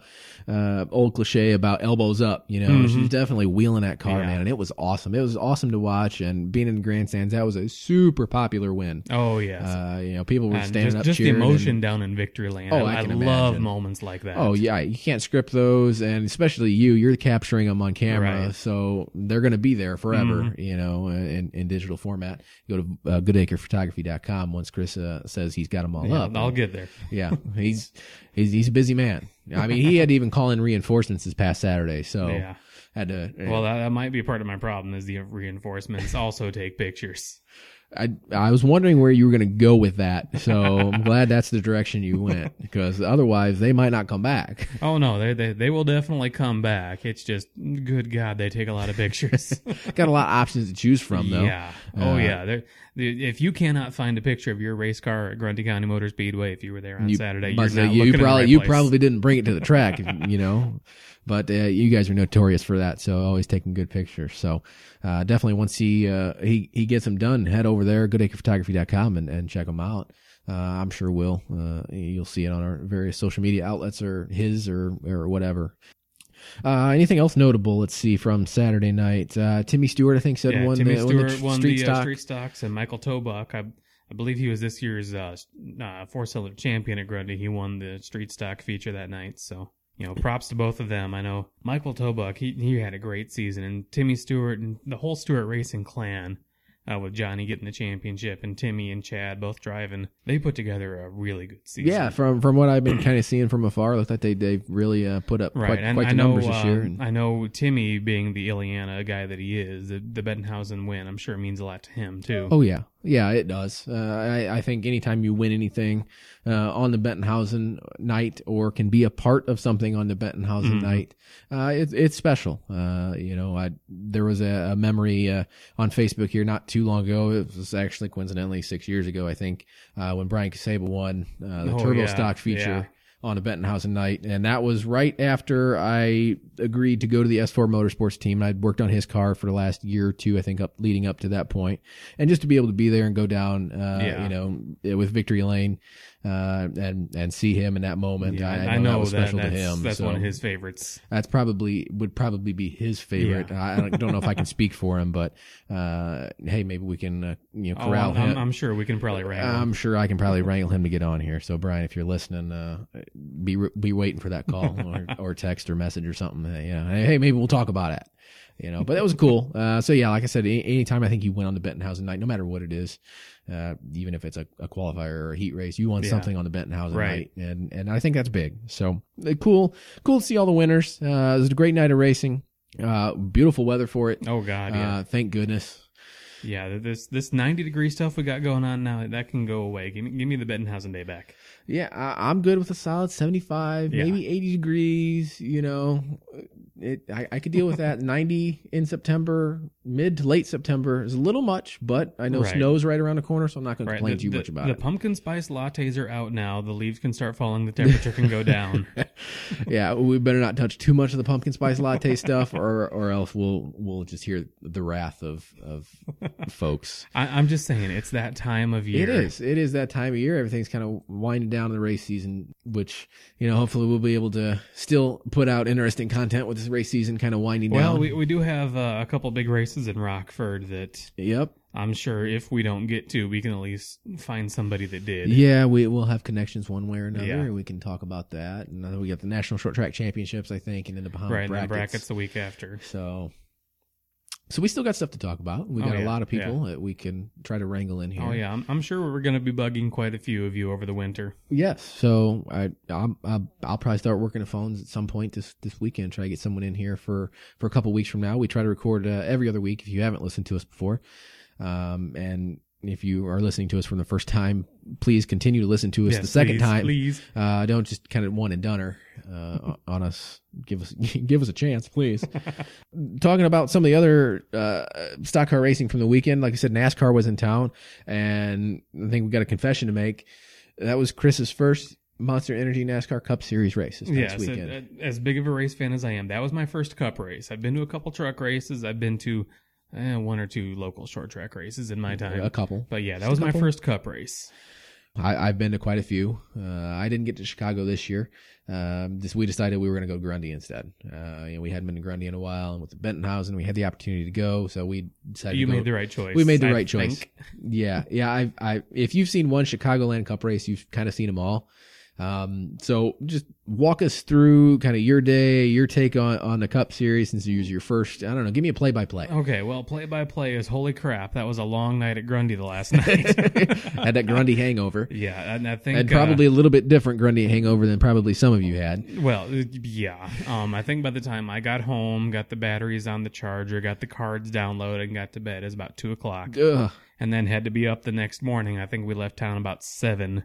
[SPEAKER 1] uh, old cliche about elbows up. You know,
[SPEAKER 2] Mhm.
[SPEAKER 1] she's definitely wheeling that car,
[SPEAKER 2] Yeah.
[SPEAKER 1] man, and it was awesome. It was awesome to watch, and being in the grandstands, that was a super popular win.
[SPEAKER 2] Oh yes.
[SPEAKER 1] Uh, you know, people were
[SPEAKER 2] And
[SPEAKER 1] standing
[SPEAKER 2] just
[SPEAKER 1] up
[SPEAKER 2] just the
[SPEAKER 1] cheering and-
[SPEAKER 2] emotion down in victory lane.
[SPEAKER 1] Oh,
[SPEAKER 2] I,
[SPEAKER 1] I can
[SPEAKER 2] love
[SPEAKER 1] imagine.
[SPEAKER 2] moments like that.
[SPEAKER 1] Oh yeah, you can't script those, and especially you, you're capturing them on camera,
[SPEAKER 2] Right. Mm-hmm.
[SPEAKER 1] so they're going to be there forever, you know, in, in digital format. Go to uh, goodacrephotography.com once Chris uh, says he's got them all
[SPEAKER 2] Yeah,
[SPEAKER 1] up.
[SPEAKER 2] I'll get there.
[SPEAKER 1] yeah, he's he's he's a busy man. I mean, he had to even call in reinforcements this past Saturday, so
[SPEAKER 2] Yeah.
[SPEAKER 1] had to. eh,
[SPEAKER 2] Well, that, that might be part of my problem is the reinforcements also take pictures.
[SPEAKER 1] I I was wondering where you were going to go with that, so I'm glad that's the direction you went because otherwise they might not come back.
[SPEAKER 2] Oh no, they, they they will definitely come back. It's just good God, they take a lot of pictures.
[SPEAKER 1] Got a lot of options to choose from though.
[SPEAKER 2] Yeah. Oh
[SPEAKER 1] Uh,
[SPEAKER 2] yeah. There, the, if you cannot find a picture of your race car at Grundy County Motor Speedway, if you were there on
[SPEAKER 1] You-
[SPEAKER 2] Saturday,
[SPEAKER 1] but
[SPEAKER 2] you're not
[SPEAKER 1] you probably
[SPEAKER 2] looking in the right
[SPEAKER 1] you
[SPEAKER 2] place.
[SPEAKER 1] probably didn't bring it to the track, if- you know. But uh, you guys are notorious for that, so always taking good pictures. So uh, definitely, once he uh, he he gets them done, head over there, goodacrephotography.com, and and check them out. Uh, I'm sure will uh, you'll see it on our various social media outlets or his or or whatever. Uh, anything else notable? Let's see from Saturday night. Uh, Timmy Stewart, I think, said
[SPEAKER 2] Yeah,
[SPEAKER 1] won
[SPEAKER 2] Timmy
[SPEAKER 1] the, won
[SPEAKER 2] Stewart
[SPEAKER 1] the tr-
[SPEAKER 2] won
[SPEAKER 1] street
[SPEAKER 2] the uh,
[SPEAKER 1] stock.
[SPEAKER 2] street stocks, and Michael Tobuck. I I believe he was this year's uh, uh, four cylinder champion at Grundy. He won the street stock feature that night. So, you know, props to both of them. I know Michael Tobuck, he, he had a great season, and Timmy Stewart and the whole Stewart Racing clan. Uh, with Johnny getting the championship and Timmy and Chad both driving, they put together a really good season.
[SPEAKER 1] Yeah, from from what I've been kind of seeing from afar, it looks like they they really uh, put up
[SPEAKER 2] Right,
[SPEAKER 1] quite,
[SPEAKER 2] and
[SPEAKER 1] quite
[SPEAKER 2] I
[SPEAKER 1] the
[SPEAKER 2] know
[SPEAKER 1] numbers this year.
[SPEAKER 2] um,
[SPEAKER 1] and-
[SPEAKER 2] I know Timmy being the Ileana guy that he is, the, the Bettenhausen win, I'm sure means a lot to him too.
[SPEAKER 1] Oh yeah, yeah, it does. Uh, I, I think anytime you win anything uh, on the Bettenhausen night, or can be a part of something on the Bettenhausen
[SPEAKER 2] Mhm.
[SPEAKER 1] night, uh, it, it's special. Uh, you know, I there was a, a memory uh, on Facebook here not too long ago. It was actually coincidentally six years ago, I think, uh, when Brian Casable won uh, the
[SPEAKER 2] Oh,
[SPEAKER 1] Turbo
[SPEAKER 2] yeah,
[SPEAKER 1] Stock feature.
[SPEAKER 2] yeah.
[SPEAKER 1] On a Bettenhausen night, and that was right after I agreed to go to the S4 Motorsports team. And I'd worked on his car for the last year or two, I think, up leading up to that point and just to be able to be there and go down, uh,
[SPEAKER 2] Yeah.
[SPEAKER 1] you know, with Victory Lane, uh, and and see him in that moment,
[SPEAKER 2] Yeah,
[SPEAKER 1] I, I
[SPEAKER 2] I,
[SPEAKER 1] know, that was special
[SPEAKER 2] that's,
[SPEAKER 1] to him.
[SPEAKER 2] that's
[SPEAKER 1] so
[SPEAKER 2] one of his favorites.
[SPEAKER 1] That's probably would probably be his favorite. I I don't- don't know if I can speak for him, but uh, hey, maybe we can uh, you know
[SPEAKER 2] Oh,
[SPEAKER 1] corral Uh, um,
[SPEAKER 2] I'm,
[SPEAKER 1] him.
[SPEAKER 2] I'm, I'm sure we can probably rank them.
[SPEAKER 1] I'm sure I can probably wrangle him to get on here. So Brian, if you're listening, uh, be be waiting for that call or, or text or message or something. That, you know, hey, maybe we'll talk about it. You know, but that was cool. Uh, so yeah, like I said, any, anytime I think you win on the Bentonhausen night, no matter what it is, uh, even if it's a, a qualifier or a heat race, you won
[SPEAKER 2] Yeah.
[SPEAKER 1] something on the Bentonhausen
[SPEAKER 2] Right.
[SPEAKER 1] night, and and I think that's big. So uh, cool, cool to see all the winners. Uh, it was a great night of racing. Uh, beautiful weather for it.
[SPEAKER 2] Oh God, yeah,
[SPEAKER 1] Uh, thank goodness.
[SPEAKER 2] yeah. th- This this 90 degree stuff we got going on now that can go away. Give me give me the Bettenhausen day back.
[SPEAKER 1] Yeah, I, I'm good with a solid 75,
[SPEAKER 2] Yeah.
[SPEAKER 1] maybe 80 degrees. You know, it. I, I could deal with that. 90 in September, mid to late September is a little much, but I know
[SPEAKER 2] Right.
[SPEAKER 1] snow's right around the corner, so I'm not going to
[SPEAKER 2] Right,
[SPEAKER 1] complain
[SPEAKER 2] the,
[SPEAKER 1] too
[SPEAKER 2] the-
[SPEAKER 1] much about
[SPEAKER 2] the
[SPEAKER 1] it.
[SPEAKER 2] pumpkin spice lattes are out now. The leaves can start falling. The temperature can go down.
[SPEAKER 1] yeah, we better not touch too much of the pumpkin spice latte stuff, or or else we'll we'll just hear the wrath of of folks.
[SPEAKER 2] I, I'm just saying, it's that time of year.
[SPEAKER 1] It is. It is that time of year. Everything's kind of winding down to the race season, which you know hopefully we'll be able to still put out interesting content with this race season kind of winding
[SPEAKER 2] Well,
[SPEAKER 1] down.
[SPEAKER 2] we, we do have uh, a couple big races in Rockford that
[SPEAKER 1] Yep.
[SPEAKER 2] I'm sure if we don't get to, we can at least find somebody that did.
[SPEAKER 1] Yeah, we will have connections one way or another,
[SPEAKER 2] Yeah.
[SPEAKER 1] and we can talk about that. And then we got the National Short Track Championships, I think, and then the Bahama
[SPEAKER 2] right,
[SPEAKER 1] brackets.
[SPEAKER 2] and the brackets the week after.
[SPEAKER 1] So, so we still got stuff to talk about. We
[SPEAKER 2] Oh,
[SPEAKER 1] got a
[SPEAKER 2] yeah,
[SPEAKER 1] lot of people that we can try to wrangle in here.
[SPEAKER 2] Oh yeah, I'm, I'm sure we're going to be bugging quite a few of you over the winter.
[SPEAKER 1] Yes. So I, I'm, I'm, I'll probably start working the phones at some point this this weekend. Try to get someone in here for for a couple weeks from now. We try to record uh, every other week. If you haven't listened to us before, um, and if you are listening to us from the first time, please continue to listen to us the second
[SPEAKER 2] please,
[SPEAKER 1] time.
[SPEAKER 2] please.
[SPEAKER 1] Uh, don't just kind of one and doneer uh, on us. Give us give us a chance, please. Talking about some of the other uh, stock car racing from the weekend, like I said, NASCAR was in town, and I think we got a confession to make. That was Chris's first Monster Energy NASCAR Cup Series race this
[SPEAKER 2] Yeah,
[SPEAKER 1] next
[SPEAKER 2] so,
[SPEAKER 1] weekend.
[SPEAKER 2] uh, as big of a race fan as I am, that was my first Cup race. I've been to a couple truck races. I've been to eh, one or two local short track races in my time.
[SPEAKER 1] a couple.
[SPEAKER 2] But yeah,
[SPEAKER 1] Just
[SPEAKER 2] that
[SPEAKER 1] a
[SPEAKER 2] was my
[SPEAKER 1] couple.
[SPEAKER 2] first Cup race.
[SPEAKER 1] I, I've been to quite a few. Uh, I didn't get to Chicago this year. Um, this, we decided we were going to go to Grundy instead. Uh, you know, we hadn't been to Grundy in a while, and with the Bentonhausen, we had the opportunity to go, so we decided
[SPEAKER 2] You
[SPEAKER 1] to go
[SPEAKER 2] made the right choice.
[SPEAKER 1] We made the
[SPEAKER 2] I
[SPEAKER 1] right choice.
[SPEAKER 2] think.
[SPEAKER 1] Yeah, yeah. I, I, if you've seen one Chicagoland Cup race, you've kind of seen them all. Um, so just walk us through kind of your day, your take on on the Cup Series since it was your first. I don't know. Give me a play by play.
[SPEAKER 2] Okay, well, play by play is holy crap. That was a long night at Grundy the last night.
[SPEAKER 1] Had that Grundy hangover,
[SPEAKER 2] yeah, and I think
[SPEAKER 1] and
[SPEAKER 2] uh,
[SPEAKER 1] probably a little bit different Grundy hangover than probably some of you had.
[SPEAKER 2] Well, uh, yeah. Um, I think by the time I got home, got the batteries on the charger, got the cards downloaded, and got to bed, it was about two o'clock,
[SPEAKER 1] Ugh.
[SPEAKER 2] and then had to be up the next morning. I think we left town about seven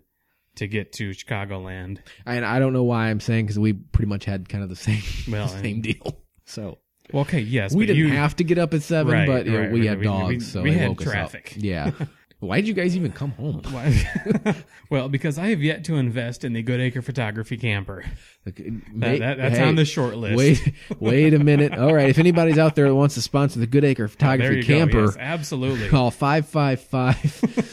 [SPEAKER 2] to get to Chicagoland.
[SPEAKER 1] And I don't know why I'm saying because we pretty much had kind of the same
[SPEAKER 2] Well,
[SPEAKER 1] same deal. So
[SPEAKER 2] Well, okay, yes,
[SPEAKER 1] we
[SPEAKER 2] but
[SPEAKER 1] didn't
[SPEAKER 2] you-
[SPEAKER 1] have to get up at seven,
[SPEAKER 2] Right,
[SPEAKER 1] but you know,
[SPEAKER 2] right,
[SPEAKER 1] we
[SPEAKER 2] right.
[SPEAKER 1] had
[SPEAKER 2] We- we-
[SPEAKER 1] dogs, so
[SPEAKER 2] we
[SPEAKER 1] they
[SPEAKER 2] had
[SPEAKER 1] woke us up.
[SPEAKER 2] traffic.
[SPEAKER 1] Yeah. Why did you guys even come home?
[SPEAKER 2] Why- well, because I have yet to invest in the Good Acre photography camper.
[SPEAKER 1] Like,
[SPEAKER 2] That-
[SPEAKER 1] ma-
[SPEAKER 2] that- that's
[SPEAKER 1] hey,
[SPEAKER 2] on the short list.
[SPEAKER 1] Wait, wait a minute. All right, if anybody's out there that wants to sponsor the Good Acre
[SPEAKER 2] Ah, there
[SPEAKER 1] Photography
[SPEAKER 2] you
[SPEAKER 1] Camper,
[SPEAKER 2] go. Yes, absolutely.
[SPEAKER 1] call five five five.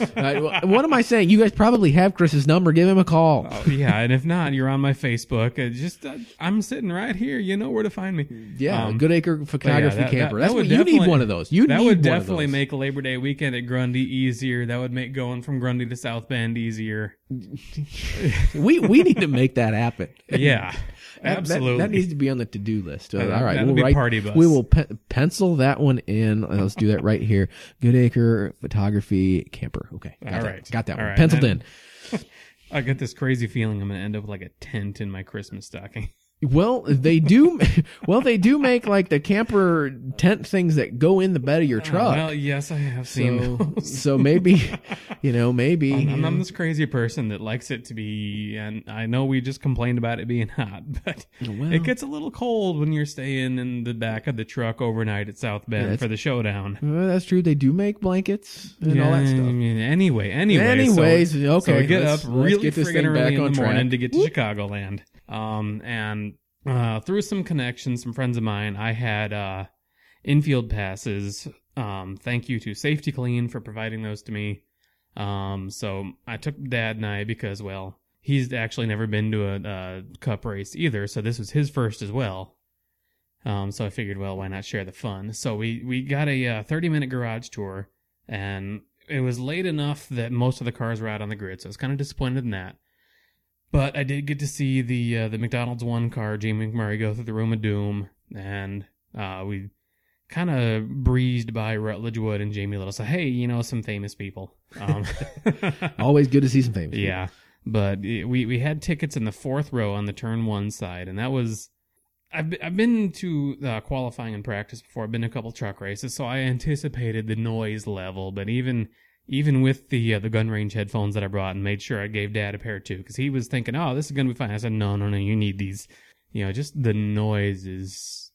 [SPEAKER 1] What am I saying? You guys probably have Chris's number. Give him a call.
[SPEAKER 2] Oh, yeah, and if not, you're on my Facebook. Uh, just uh, I'm sitting right here. You know where to find me.
[SPEAKER 1] yeah,
[SPEAKER 2] um,
[SPEAKER 1] Good Acre Photography
[SPEAKER 2] that- that-
[SPEAKER 1] Camper.
[SPEAKER 2] that
[SPEAKER 1] that's
[SPEAKER 2] would
[SPEAKER 1] what you need.
[SPEAKER 2] definitely-
[SPEAKER 1] One of those. You
[SPEAKER 2] that
[SPEAKER 1] need
[SPEAKER 2] would
[SPEAKER 1] one of
[SPEAKER 2] definitely
[SPEAKER 1] those.
[SPEAKER 2] make Labor Day weekend at Grundy easier easier. That would make going from Grundy to South Bend easier.
[SPEAKER 1] we we need to make that happen.
[SPEAKER 2] Yeah,
[SPEAKER 1] That- that-
[SPEAKER 2] absolutely.
[SPEAKER 1] That, needs to be on the to do list. Uh,
[SPEAKER 2] Yeah,
[SPEAKER 1] all right,
[SPEAKER 2] that'll
[SPEAKER 1] we'll
[SPEAKER 2] be
[SPEAKER 1] write.
[SPEAKER 2] party bus.
[SPEAKER 1] We will pe- pencil that one in. Uh, Let's do that right here. Goodacre photography camper. Okay, got
[SPEAKER 2] All
[SPEAKER 1] that.
[SPEAKER 2] right.
[SPEAKER 1] got that
[SPEAKER 2] All
[SPEAKER 1] one
[SPEAKER 2] right,
[SPEAKER 1] penciled
[SPEAKER 2] then-
[SPEAKER 1] in.
[SPEAKER 2] I get this crazy feeling I'm gonna end up with, like a tent in my Christmas stocking.
[SPEAKER 1] Well, they do. well, they do make like the camper tent things that go in the bed of your truck.
[SPEAKER 2] Uh, Well, yes, I have seen.
[SPEAKER 1] so,
[SPEAKER 2] those.
[SPEAKER 1] so maybe, you know, maybe
[SPEAKER 2] I'm, I'm this crazy person that likes it to be, and I know we just complained about it being hot, but
[SPEAKER 1] Oh, Well.
[SPEAKER 2] it gets a little cold when you're staying in the back of the truck overnight at South Bend
[SPEAKER 1] that's-
[SPEAKER 2] for the showdown.
[SPEAKER 1] Well, that's true. They do make blankets and all that
[SPEAKER 2] Yeah, I
[SPEAKER 1] stuff.
[SPEAKER 2] mean, anyway, anyway.
[SPEAKER 1] Anyways,
[SPEAKER 2] so,
[SPEAKER 1] okay,
[SPEAKER 2] So I get
[SPEAKER 1] let's-
[SPEAKER 2] up
[SPEAKER 1] let's
[SPEAKER 2] really
[SPEAKER 1] get this
[SPEAKER 2] friggin'
[SPEAKER 1] thing
[SPEAKER 2] early
[SPEAKER 1] back
[SPEAKER 2] in
[SPEAKER 1] on
[SPEAKER 2] the morning
[SPEAKER 1] track.
[SPEAKER 2] to get to Chicagoland. Um, and uh, through some connections, some friends of mine, I had uh, infield passes. Um, thank you to Safety Clean for providing those to me. Um, so I took Dad and I because, well, he's actually never been to a, a cup race either, so this was his first as well. Um, so I figured, well, why not share the fun? So we we got a uh, 30 minute garage tour, and it was late enough that most of the cars were out on the grid, so I was kind of disappointed in that. But I did get to see the uh, the McDonald's one car, Jamie McMurray, go through the Room of Doom, and uh, we kind of breezed by Rutledge Wood and Jamie Little. So hey, you know some famous people. Um,
[SPEAKER 1] Always good to see some famous. people.
[SPEAKER 2] Yeah, but it, we we had tickets in the fourth row on the turn one side, and that was. I've been, I've been to uh, qualifying and practice before. I've been to a couple truck races, so I anticipated the noise level. But even even with the uh, the gun range headphones that I brought and made sure I gave Dad a pair too, because he was thinking, "Oh, this is gonna be fine." I said, "No, no, no, you need these." You know, just the noise is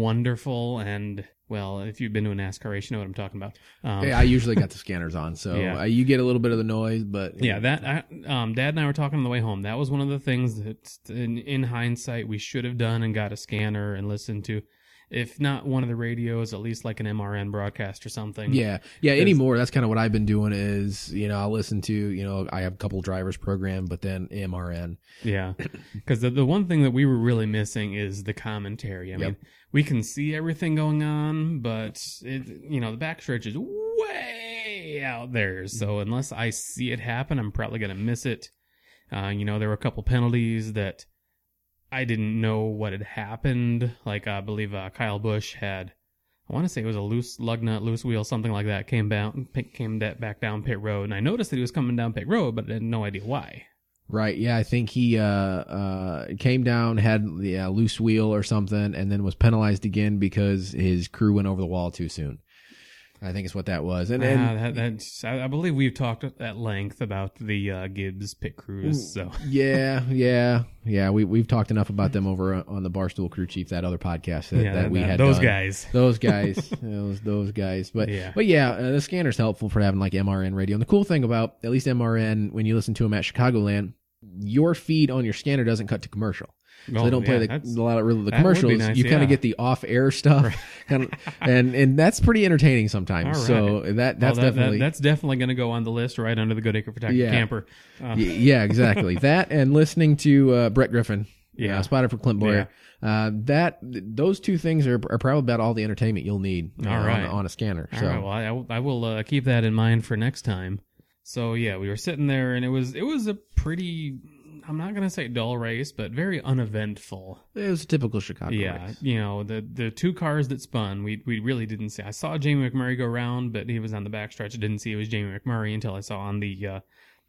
[SPEAKER 2] wonderful, and well, if you've been to an NASCAR race, you know what I'm talking about. Um,
[SPEAKER 1] Hey, I usually got the scanners on, so
[SPEAKER 2] Yeah.
[SPEAKER 1] uh, you get a little bit of the noise, but
[SPEAKER 2] yeah that I, um dad and i were talking on the way home that was one of the things that in, in hindsight we should have done and got a scanner and listened to if not one of the radios at least like an mrn broadcast or something
[SPEAKER 1] Yeah, yeah.
[SPEAKER 2] 'Cause-
[SPEAKER 1] Anymore, that's kind of what I've been doing. Is you know I listen to you know I have a couple drivers program, but then MRN.
[SPEAKER 2] yeah because the, the one thing that we were really missing is the commentary i mean we can see everything going on but it you know the backstretch is way out there so unless i see it happen i'm probably going to miss it Uh, you know, there were a couple penalties that I didn't know what had happened. Like I believe uh, Kyle Bush had, I want to say it was a loose lug nut, loose wheel, something like that. Came down, came that back down pit road, and I noticed that he was coming down pit road, but I had no idea why.
[SPEAKER 1] Right. Yeah, I think he uh uh came down, had the uh, loose wheel or something, and then was penalized again because his crew went over the wall too soon. I think it's what that was, and,
[SPEAKER 2] And,
[SPEAKER 1] and
[SPEAKER 2] Ah, that, that's- I, I believe we've talked at length about the uh, Gibbs pit crews. So
[SPEAKER 1] yeah, yeah, yeah. We we've talked enough about them over on the Barstool Crew Chief, that other podcast that,
[SPEAKER 2] yeah,
[SPEAKER 1] that we had.
[SPEAKER 2] those
[SPEAKER 1] done.
[SPEAKER 2] guys.
[SPEAKER 1] those guys, those those guys. But
[SPEAKER 2] Yeah.
[SPEAKER 1] but yeah, uh, the scanner's helpful for having like MRN radio. And the cool thing about at least MRN when you listen to them at Chicagoland, your feed on your scanner doesn't cut to commercial. So
[SPEAKER 2] Oh,
[SPEAKER 1] they don't
[SPEAKER 2] yeah,
[SPEAKER 1] play
[SPEAKER 2] that's-
[SPEAKER 1] the, a lot of really the
[SPEAKER 2] that would be
[SPEAKER 1] commercials.
[SPEAKER 2] nice,
[SPEAKER 1] you kind
[SPEAKER 2] yeah.
[SPEAKER 1] of get the off-air stuff, kind of, and and that's pretty entertaining sometimes.
[SPEAKER 2] All
[SPEAKER 1] So that
[SPEAKER 2] well,
[SPEAKER 1] that's
[SPEAKER 2] that- that-
[SPEAKER 1] definitely
[SPEAKER 2] that's definitely going to go on the list right under the Good Acre Protected
[SPEAKER 1] Yeah.
[SPEAKER 2] Camper. Uh,
[SPEAKER 1] Y- yeah, exactly. that and listening to uh, Brett Griffin.
[SPEAKER 2] Yeah.
[SPEAKER 1] uh, spotted for Clint Boyer. Uh, that th- those two things are, are probably about all the entertainment you'll need uh,
[SPEAKER 2] All right.
[SPEAKER 1] on, on a scanner.
[SPEAKER 2] All
[SPEAKER 1] so
[SPEAKER 2] right, well, I, I will uh, keep that in mind for next time. So yeah, we were sitting there, and it was it was a pretty. I'm not gonna say dull race, but very uneventful.
[SPEAKER 1] it was a typical Chicago.
[SPEAKER 2] yeah,
[SPEAKER 1] race.
[SPEAKER 2] you know the the two cars that spun, we we really didn't see. I saw Jamie McMurray go round, but he was on the backstretch. I didn't see it was Jamie McMurray until I saw on the uh,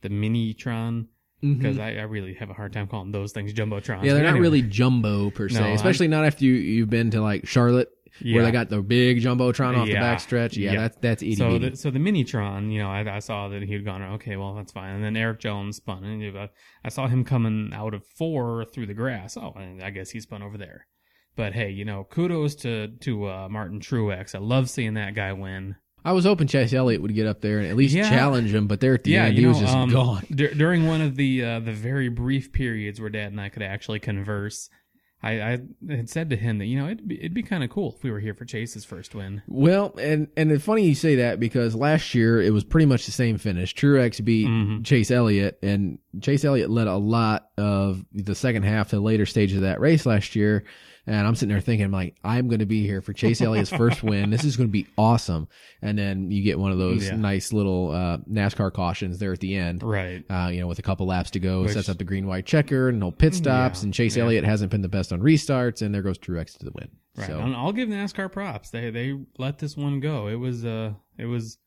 [SPEAKER 2] the Minitron because I, I really have a hard time calling those things jumbotrons.
[SPEAKER 1] Mm-hmm. Yeah, they're
[SPEAKER 2] Mm-hmm. But
[SPEAKER 1] not
[SPEAKER 2] anyway,
[SPEAKER 1] really jumbo per se,
[SPEAKER 2] No, I'm-
[SPEAKER 1] especially not after you you've been to like Charlotte where
[SPEAKER 2] Yeah.
[SPEAKER 1] they got the big jumbotron off
[SPEAKER 2] Yeah.
[SPEAKER 1] the backstretch. Yeah,
[SPEAKER 2] Yeah.
[SPEAKER 1] that's that's itty
[SPEAKER 2] So
[SPEAKER 1] bitty.
[SPEAKER 2] the, so the Minitron, you know, I, I saw that he had gone. Okay, well that's fine. And then Eric Jones spun, and uh, I saw him coming out of four through the grass. Oh, and I guess he spun over there. But hey, you know, kudos to to uh, Martin Truex. I love seeing that guy win.
[SPEAKER 1] I was hoping Chase Elliott would get up there and at least
[SPEAKER 2] Yeah.
[SPEAKER 1] challenge him, but there at the
[SPEAKER 2] Yeah,
[SPEAKER 1] end
[SPEAKER 2] you
[SPEAKER 1] he
[SPEAKER 2] know,
[SPEAKER 1] was just
[SPEAKER 2] um,
[SPEAKER 1] gone.
[SPEAKER 2] dur- during one of the uh, the very brief periods where Dad and I could actually converse. I, I had said to him that you know it'd be, it'd be kind of cool if we were here for Chase's first win.
[SPEAKER 1] Well, and and it's funny you say that because last year it was pretty much the same finish. Truex beat
[SPEAKER 2] Mhm.
[SPEAKER 1] Chase Elliott, and Chase Elliott led a lot of the second half to the later stage of that race last year. And I'm sitting there thinking, I'm like, I'm going to be here for Chase Elliott's first win. This is going to be awesome. And then you get one of those
[SPEAKER 2] Yeah.
[SPEAKER 1] nice little uh, NASCAR cautions there at the end.
[SPEAKER 2] Right.
[SPEAKER 1] Uh, you know, with a couple laps to go,
[SPEAKER 2] Which-
[SPEAKER 1] sets up the green white checker and no pit stops.
[SPEAKER 2] Yeah,
[SPEAKER 1] and Chase
[SPEAKER 2] yeah.
[SPEAKER 1] Elliott hasn't been the best on restarts, and there goes Truex to the win.
[SPEAKER 2] Right.
[SPEAKER 1] So
[SPEAKER 2] And I'll give NASCAR props. They they let this one go. It was uh it was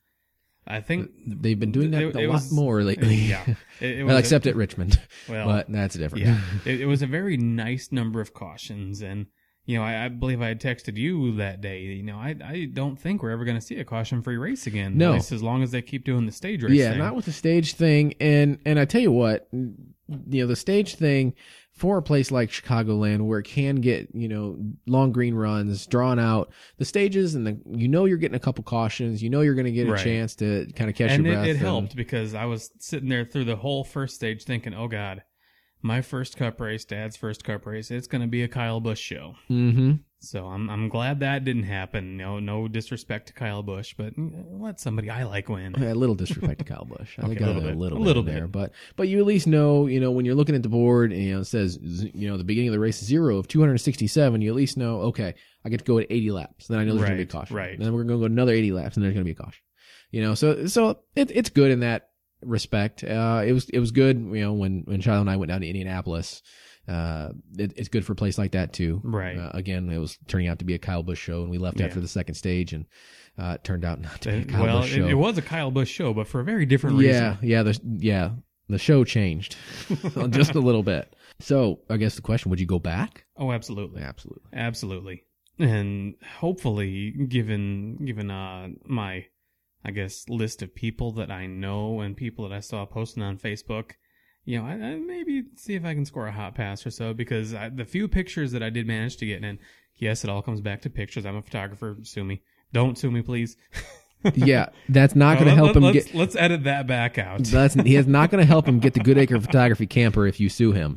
[SPEAKER 2] I think
[SPEAKER 1] they've been doing that
[SPEAKER 2] it-
[SPEAKER 1] a
[SPEAKER 2] it
[SPEAKER 1] lot
[SPEAKER 2] was-
[SPEAKER 1] more lately.
[SPEAKER 2] Yeah. It, it
[SPEAKER 1] well,
[SPEAKER 2] a-
[SPEAKER 1] except at Richmond,
[SPEAKER 2] well,
[SPEAKER 1] but that's different.
[SPEAKER 2] yeah. It, it was a very nice number of cautions and you know, I, I believe I had texted you that day. You know, I I don't think we're ever going to see a caution free race again.
[SPEAKER 1] No.
[SPEAKER 2] at least as long as they keep doing the stage race.
[SPEAKER 1] yeah
[SPEAKER 2] thing.
[SPEAKER 1] not with the stage thing and and i tell you what n- you know the stage thing for a place like chicagoland where it can get you know long green runs drawn out the stages and the you know you're getting a couple cautions you know you're going to get a
[SPEAKER 2] Right.
[SPEAKER 1] chance to kind of catch
[SPEAKER 2] and
[SPEAKER 1] your
[SPEAKER 2] it,
[SPEAKER 1] breath
[SPEAKER 2] it
[SPEAKER 1] and-
[SPEAKER 2] helped because I was sitting there through the whole first stage thinking, "Oh God, my first Cup race, Dad's first Cup race, it's going to be a Kyle Busch show."
[SPEAKER 1] Mhm.
[SPEAKER 2] So I'm I'm glad that didn't happen. No no disrespect to Kyle Bush, but let somebody I like win.
[SPEAKER 1] a little disrespect to Kyle Bush. I
[SPEAKER 2] Okay,
[SPEAKER 1] think
[SPEAKER 2] a
[SPEAKER 1] I
[SPEAKER 2] little
[SPEAKER 1] had a
[SPEAKER 2] bit.
[SPEAKER 1] little,
[SPEAKER 2] A
[SPEAKER 1] bit,
[SPEAKER 2] little
[SPEAKER 1] in
[SPEAKER 2] bit.
[SPEAKER 1] there, but but you at least know, you know, when you're looking at the board and you know, it says, z- you know, the beginning of the race zero of 267. You at least know, okay, I get to go at 80 laps, then I know there's gonna be a
[SPEAKER 2] Right,
[SPEAKER 1] caution.
[SPEAKER 2] right.
[SPEAKER 1] Then we're gonna go another 80 laps, and there's gonna be a caution. You know, so so it, it's good in that respect. Uh, it was it was good, you know, when when Shiloh and I went down to Indianapolis. Uh, it, it's good for a place like that too.
[SPEAKER 2] Right.
[SPEAKER 1] Uh, again, it was turning out to be a Kyle Bush show, and we left
[SPEAKER 2] Yeah.
[SPEAKER 1] after the second stage, and uh, it turned out not to be a
[SPEAKER 2] And-
[SPEAKER 1] Kyle
[SPEAKER 2] well,
[SPEAKER 1] Busch
[SPEAKER 2] it,
[SPEAKER 1] show.
[SPEAKER 2] it was a Kyle Bush show, but for a very different
[SPEAKER 1] Yeah, yeah, the yeah, the show changed
[SPEAKER 2] reason.
[SPEAKER 1] just a little bit. So I guess the question: Would you go back?
[SPEAKER 2] oh, absolutely,
[SPEAKER 1] Absolutely.
[SPEAKER 2] absolutely, and hopefully, given given uh my, I guess list of people that I know and people that I saw posting on Facebook, you know, I, I maybe see if I can score a hot pass or so because I, the few pictures that I did manage to get in, yes, it all comes back to pictures. I'm a photographer. Sue me. Don't sue me, please.
[SPEAKER 1] Yeah, that's not going to
[SPEAKER 2] Well,
[SPEAKER 1] help
[SPEAKER 2] let-
[SPEAKER 1] him
[SPEAKER 2] let's,
[SPEAKER 1] get.
[SPEAKER 2] Let's edit that back out.
[SPEAKER 1] That's he is not going to help him get the Good Acre photography camper if you sue him.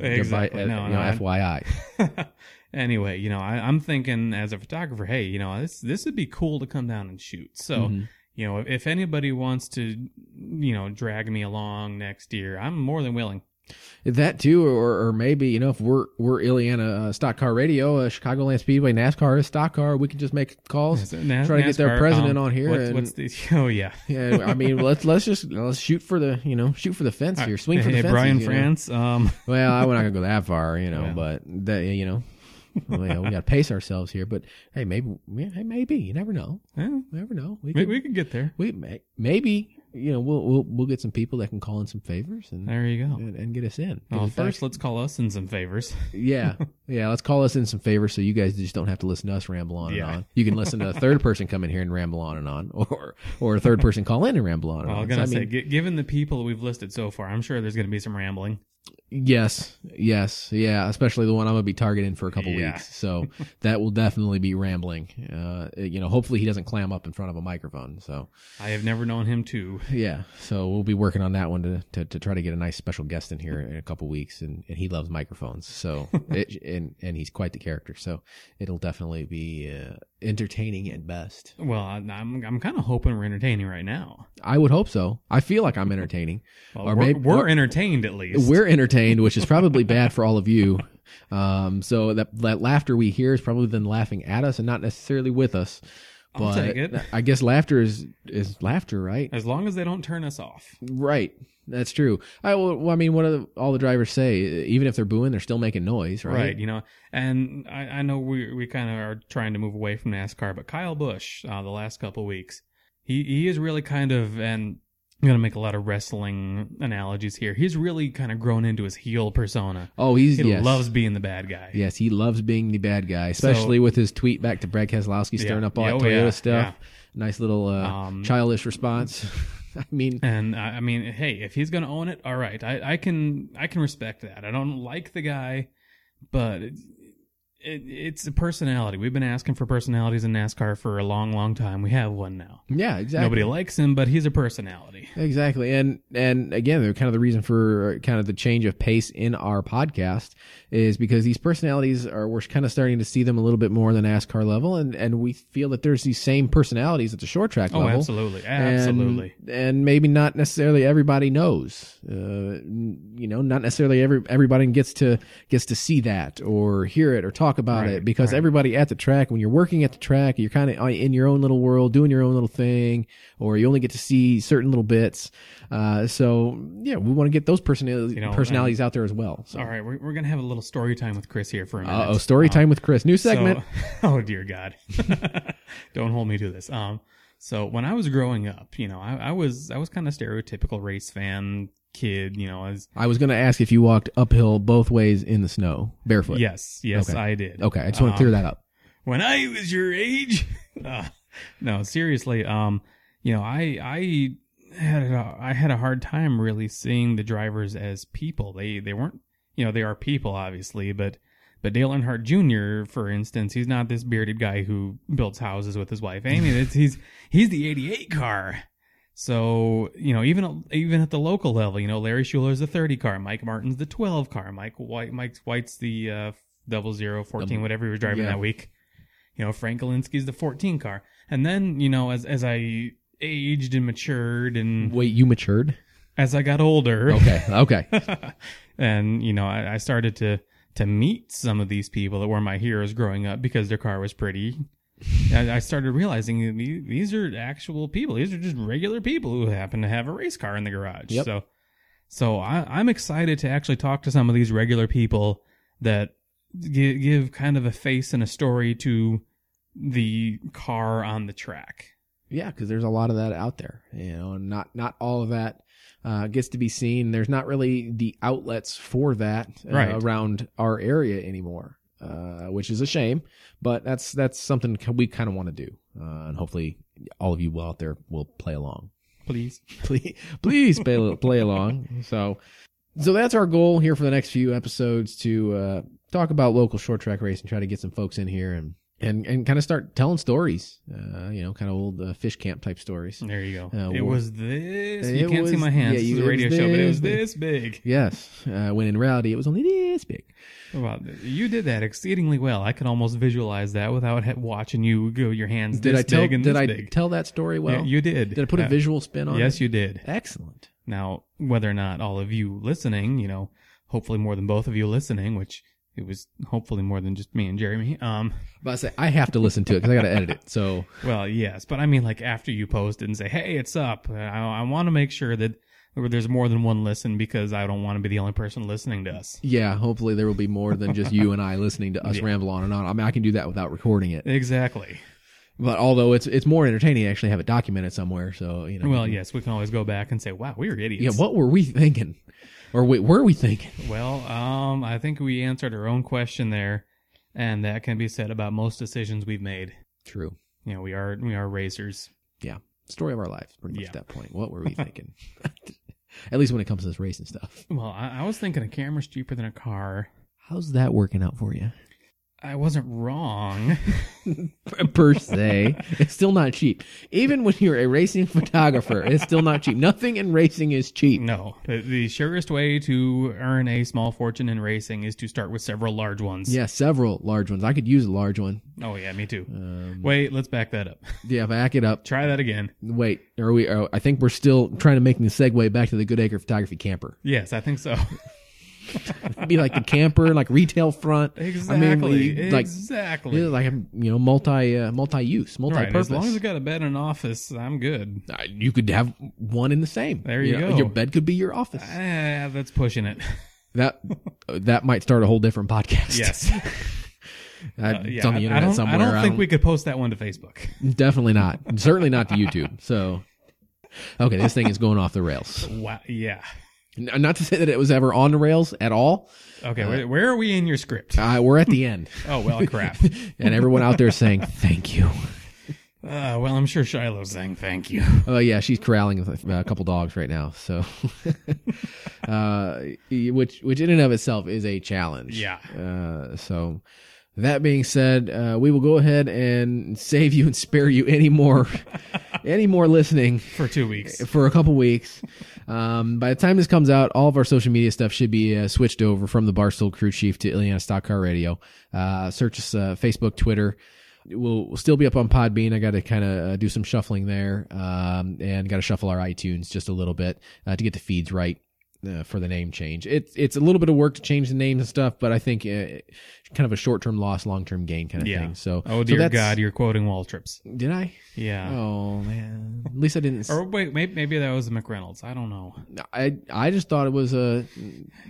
[SPEAKER 1] By-
[SPEAKER 2] Exactly.
[SPEAKER 1] uh,
[SPEAKER 2] No,
[SPEAKER 1] you know,
[SPEAKER 2] no, I-
[SPEAKER 1] FYI.
[SPEAKER 2] anyway, you know, I, I'm thinking as a photographer, hey, you know, this this would be cool to come down and shoot. So,
[SPEAKER 1] Mhm.
[SPEAKER 2] you know, if, if anybody wants to, you know, drag me along next year, I'm more than willing.
[SPEAKER 1] That too, or or maybe you know if we're we're Ileana uh, Stock Car Radio, uh, Chicagoland Speedway, NASCAR is Stock Car. We can just make calls.
[SPEAKER 2] Na-
[SPEAKER 1] Try to get their
[SPEAKER 2] NASCAR,
[SPEAKER 1] president
[SPEAKER 2] um,
[SPEAKER 1] on here.
[SPEAKER 2] What's,
[SPEAKER 1] and,
[SPEAKER 2] what's the? Oh yeah.
[SPEAKER 1] yeah, I mean let's let's just let's shoot for the you know shoot for the fence here, swing for the
[SPEAKER 2] hey,
[SPEAKER 1] fence.
[SPEAKER 2] Brian France. Um,
[SPEAKER 1] Well, I'm not gonna go that far, you know,
[SPEAKER 2] Well.
[SPEAKER 1] but that you know, well, yeah, we gotta pace ourselves here. But hey, maybe, yeah, hey, maybe you never know,
[SPEAKER 2] eh,
[SPEAKER 1] You never know. We
[SPEAKER 2] maybe
[SPEAKER 1] could,
[SPEAKER 2] we could get there.
[SPEAKER 1] we may, maybe you know we'll we'll we'll get some people that can call in some favors and
[SPEAKER 2] There you go.
[SPEAKER 1] and, and get us in. Get
[SPEAKER 2] Well,
[SPEAKER 1] us back.
[SPEAKER 2] first, let's call us in some favors.
[SPEAKER 1] yeah, yeah, let's call us in some favors so you guys just don't have to listen to us ramble on
[SPEAKER 2] Yeah.
[SPEAKER 1] and on. You can listen to a third person come in here and ramble on and on, or or a third person call in and ramble on and
[SPEAKER 2] Well, I
[SPEAKER 1] on. So,
[SPEAKER 2] was gonna
[SPEAKER 1] I
[SPEAKER 2] say,
[SPEAKER 1] mean,
[SPEAKER 2] gi- given the people we've listed so far, I'm sure there's gonna be some rambling.
[SPEAKER 1] Yes, yes, yeah. Especially the one I'm gonna be targeting for a couple
[SPEAKER 2] Yeah.
[SPEAKER 1] weeks, so that will definitely be rambling. Uh, you know, hopefully he doesn't clam up in front of a microphone. So
[SPEAKER 2] I have never known him to.
[SPEAKER 1] yeah, so we'll be working on that one to to, to try to get a nice special guest in here in a couple weeks, and, and he loves microphones, so it, and and he's quite the character. So it'll definitely be uh, entertaining at best.
[SPEAKER 2] Well, I- I'm I'm kind of hoping we're entertaining right now.
[SPEAKER 1] I would hope so. I feel like I'm entertaining.
[SPEAKER 2] Well,
[SPEAKER 1] Or
[SPEAKER 2] we're,
[SPEAKER 1] maybe-
[SPEAKER 2] we're
[SPEAKER 1] or-
[SPEAKER 2] entertained at least.
[SPEAKER 1] we're entertained, which is probably bad for all of you. Um, so that that laughter we hear is probably them laughing at us and not necessarily with us. But
[SPEAKER 2] I'll take it.
[SPEAKER 1] I guess laughter is is laughter, right?
[SPEAKER 2] as long as they don't turn us off.
[SPEAKER 1] Right. That's true. I well, I mean, what do the, all the drivers say? Even if they're booing, they're still making noise,
[SPEAKER 2] Right.
[SPEAKER 1] right?
[SPEAKER 2] you know, and I, I know we we kind of are trying to move away from NASCAR, but Kyle Busch, uh, the last couple weeks, he he is really kind of, and I'm gonna make a lot of wrestling analogies here. He's really kind of grown into his heel persona.
[SPEAKER 1] Oh, he's
[SPEAKER 2] He
[SPEAKER 1] yes.
[SPEAKER 2] loves being the bad guy.
[SPEAKER 1] Yes, he loves being the bad guy, especially with his tweet back to Brad Keselowski stirring
[SPEAKER 2] Yeah.
[SPEAKER 1] up all that
[SPEAKER 2] Oh,
[SPEAKER 1] Toyota
[SPEAKER 2] yeah,
[SPEAKER 1] stuff. Nice little uh,
[SPEAKER 2] Um,
[SPEAKER 1] childish response. I mean,
[SPEAKER 2] And I, I mean, hey, if he's gonna own it, all right, I, I can I can respect that. I don't like the guy, but it, it, it's a personality. We've been asking for personalities in NASCAR for a long, long time. We have one now.
[SPEAKER 1] yeah, exactly.
[SPEAKER 2] Nobody likes him, but he's a personality.
[SPEAKER 1] Exactly, and and again, they're kind of the reason for uh, kind of the change of pace in our podcast is because these personalities are we're kind of starting to see them a little bit more on the NASCAR level, and and we feel that there's these same personalities at the short track
[SPEAKER 2] Oh,
[SPEAKER 1] level.
[SPEAKER 2] absolutely,
[SPEAKER 1] And-
[SPEAKER 2] absolutely.
[SPEAKER 1] and, maybe not necessarily everybody knows. Uh, n- you know, not necessarily every everybody gets to gets to see that or hear it or talk talk about
[SPEAKER 2] Right,
[SPEAKER 1] it because
[SPEAKER 2] right.
[SPEAKER 1] everybody at the track, when you're working at the track, you're kind of in your own little world, doing your own little thing, or you only get to see certain little bits. Uh, so yeah, we want to get those personalities
[SPEAKER 2] You know,
[SPEAKER 1] personalities out there as well. So.
[SPEAKER 2] All right, we're, we're gonna have a little story time with Chris here for a minute.
[SPEAKER 1] Uh oh, story
[SPEAKER 2] Um,
[SPEAKER 1] time with Chris. New segment.
[SPEAKER 2] So, oh dear God, don't hold me to this. Um, so when I was growing up, you know, I, I was I was kind of stereotypical race fan kid. You know, as
[SPEAKER 1] I was going to ask if you walked uphill both ways in the snow barefoot.
[SPEAKER 2] yes, yes,
[SPEAKER 1] Okay.
[SPEAKER 2] I did.
[SPEAKER 1] Okay. I just want to clear that up.
[SPEAKER 2] when I was your age. Uh, no, seriously. Um, you know, I I had a, I had a hard time really seeing the drivers as people. They they weren't. You know, they are people obviously, but but Dale Earnhardt Jr. for instance, he's not this bearded guy who builds houses with his wife Amy. It's, he's he's the '88 car. So you know, even even at the local level, you know, Larry Shuler's the 30 car, Mike Martin's the 12 car, Mike White, Mike White's the uh, double zero, 14,
[SPEAKER 1] Um,
[SPEAKER 2] whatever he was driving
[SPEAKER 1] yeah.
[SPEAKER 2] that week. You know, Frank Galinsky's the 14 car, and then you know, as as I aged and matured, and
[SPEAKER 1] Wait, you matured?
[SPEAKER 2] as I got older,
[SPEAKER 1] Okay. Okay.
[SPEAKER 2] and you know, I, I started to to meet some of these people that were my heroes growing up because their car was pretty. I, I started realizing that the- these are actual people. These are just regular people who happen to have a race car in the garage.
[SPEAKER 1] Yep.
[SPEAKER 2] So, so I, I'm excited to actually talk to some of these regular people that give, give kind of a face and a story to the car on the track.
[SPEAKER 1] Yeah, because there's a lot of that out there, you know, and not not all of that uh, gets to be seen. There's not really the outlets for that uh,
[SPEAKER 2] Right.
[SPEAKER 1] around our area anymore, uh, which is a shame. But that's that's something c- we kind of want to do, uh, and hopefully all of you out there will play along.
[SPEAKER 2] Please.
[SPEAKER 1] Please, please play play along. So, so that's our goal here for the next few episodes to uh, talk about local short track race and try to get some folks in here and. And, and kind of start telling stories, uh, you know, kind of old uh, fish camp type stories.
[SPEAKER 2] There you go.
[SPEAKER 1] Uh,
[SPEAKER 2] it
[SPEAKER 1] well-
[SPEAKER 2] was this.
[SPEAKER 1] It
[SPEAKER 2] you can't see
[SPEAKER 1] was-
[SPEAKER 2] my hands.
[SPEAKER 1] yeah,
[SPEAKER 2] this
[SPEAKER 1] you-
[SPEAKER 2] is
[SPEAKER 1] it
[SPEAKER 2] a
[SPEAKER 1] was
[SPEAKER 2] radio show, but it
[SPEAKER 1] this
[SPEAKER 2] was
[SPEAKER 1] big.
[SPEAKER 2] this big.
[SPEAKER 1] Yes, uh, when in reality it was only this big.
[SPEAKER 2] Well, you did that exceedingly well. I could almost visualize that without ha- watching you go your hands
[SPEAKER 1] Did
[SPEAKER 2] this
[SPEAKER 1] I tell?
[SPEAKER 2] big and
[SPEAKER 1] Did
[SPEAKER 2] this
[SPEAKER 1] I
[SPEAKER 2] big.
[SPEAKER 1] tell that story well?
[SPEAKER 2] Yeah, you did.
[SPEAKER 1] did I put a
[SPEAKER 2] Uh,
[SPEAKER 1] visual spin on
[SPEAKER 2] Yes,
[SPEAKER 1] it?
[SPEAKER 2] you did.
[SPEAKER 1] Excellent.
[SPEAKER 2] Now, whether or not all of you listening, you know, hopefully more than both of you listening, which it was hopefully more than just me and Jeremy. Um,
[SPEAKER 1] But I say I have to listen to it because I got to edit it. So
[SPEAKER 2] well, yes, but I mean, like after you post it and say, "Hey, it's up," uh, I, I want to make sure that there's more than one listen because I don't want to be the only person listening to us.
[SPEAKER 1] yeah, hopefully there will be more than just you and I listening to us
[SPEAKER 2] Yeah.
[SPEAKER 1] ramble on and on. I mean, I can do that without recording it.
[SPEAKER 2] Exactly.
[SPEAKER 1] But although it's it's more entertaining to actually have it documented somewhere. So you know.
[SPEAKER 2] Well, yes, we can always go back and say, "Wow, we were idiots."
[SPEAKER 1] Yeah. What were we thinking? Or wait, were we thinking?
[SPEAKER 2] Well, um, I think we answered our own question there, and that can be said about most decisions we've made.
[SPEAKER 1] True.
[SPEAKER 2] You know, we are we are racers.
[SPEAKER 1] Story of our lives, pretty much
[SPEAKER 2] Yeah.
[SPEAKER 1] at that point. What were we thinking? at least when it comes to this racing stuff.
[SPEAKER 2] Well, I, I was thinking a camera's cheaper than a car.
[SPEAKER 1] How's that working out for you?
[SPEAKER 2] I wasn't wrong.
[SPEAKER 1] per se. It's still not cheap. Even when you're a racing photographer, it's still not cheap. Nothing in racing is cheap.
[SPEAKER 2] no, the, the surest way to earn a small fortune in racing is to start with several large ones.
[SPEAKER 1] Yeah, several large ones. I could use a large one.
[SPEAKER 2] Oh yeah, me too.
[SPEAKER 1] Um,
[SPEAKER 2] Wait, let's back that up.
[SPEAKER 1] yeah, back it up.
[SPEAKER 2] Try that again.
[SPEAKER 1] Wait, are we? Are, I think we're still trying to make the segue back to the Goodacre Photography camper.
[SPEAKER 2] Yes, I think so.
[SPEAKER 1] It'd be like the camper, like retail front.
[SPEAKER 2] exactly.
[SPEAKER 1] I mean, we- like
[SPEAKER 2] exactly.
[SPEAKER 1] yeah, like you know, multi uh, multi use, multi
[SPEAKER 2] right.
[SPEAKER 1] purpose.
[SPEAKER 2] As long as I got a bed and an office, I'm good.
[SPEAKER 1] Uh, you could have one in the same.
[SPEAKER 2] There you
[SPEAKER 1] know,
[SPEAKER 2] go.
[SPEAKER 1] Your bed could be your office.
[SPEAKER 2] Ah, that's pushing it.
[SPEAKER 1] that uh, that might start a whole different podcast.
[SPEAKER 2] Yes.
[SPEAKER 1] That's
[SPEAKER 2] Uh, yeah,
[SPEAKER 1] on
[SPEAKER 2] I-
[SPEAKER 1] the
[SPEAKER 2] I
[SPEAKER 1] internet
[SPEAKER 2] don't,
[SPEAKER 1] somewhere.
[SPEAKER 2] I don't
[SPEAKER 1] I
[SPEAKER 2] think
[SPEAKER 1] don't-
[SPEAKER 2] we could post that one to Facebook.
[SPEAKER 1] Definitely not. Certainly not to YouTube. So, okay, this thing is going off the rails.
[SPEAKER 2] Wow. Yeah.
[SPEAKER 1] N- Not to say that it was ever on the rails at all.
[SPEAKER 2] Okay. where, where are we in your script?
[SPEAKER 1] Uh, we're at the end,
[SPEAKER 2] oh well, crap.
[SPEAKER 1] and everyone out there is saying thank you.
[SPEAKER 2] Uh, well, I'm sure Shiloh's saying thank you.
[SPEAKER 1] Oh yeah, she's corralling a uh, couple dogs right now. So, uh, which which in and of itself is a challenge.
[SPEAKER 2] Yeah.
[SPEAKER 1] Uh, so. That being said, uh, we will go ahead and save you and spare you any more, any more listening
[SPEAKER 2] For two weeks.
[SPEAKER 1] for a couple weeks. Um, by the time this comes out, all of our social media stuff should be uh, switched over from the Barstool Crew Chief to Ileana Stock Car Radio. Uh, search us uh, Facebook, Twitter. We'll, we'll still be up on Podbean. I got to kind of uh, do some shuffling there um, and got to shuffle our iTunes just a little bit uh, to get the feeds right. uh, for the name change. It's it's a little bit of work to change the names and stuff, but I think uh, kind of a short term loss, long term gain kind of
[SPEAKER 2] Yeah.
[SPEAKER 1] thing. So
[SPEAKER 2] Oh
[SPEAKER 1] so
[SPEAKER 2] dear
[SPEAKER 1] that's-
[SPEAKER 2] God, you're quoting Waltrips.
[SPEAKER 1] did I?
[SPEAKER 2] Yeah.
[SPEAKER 1] Oh man, at least I didn't. s-
[SPEAKER 2] Or wait, maybe, maybe that was McReynolds. I don't know.
[SPEAKER 1] I I just thought it was a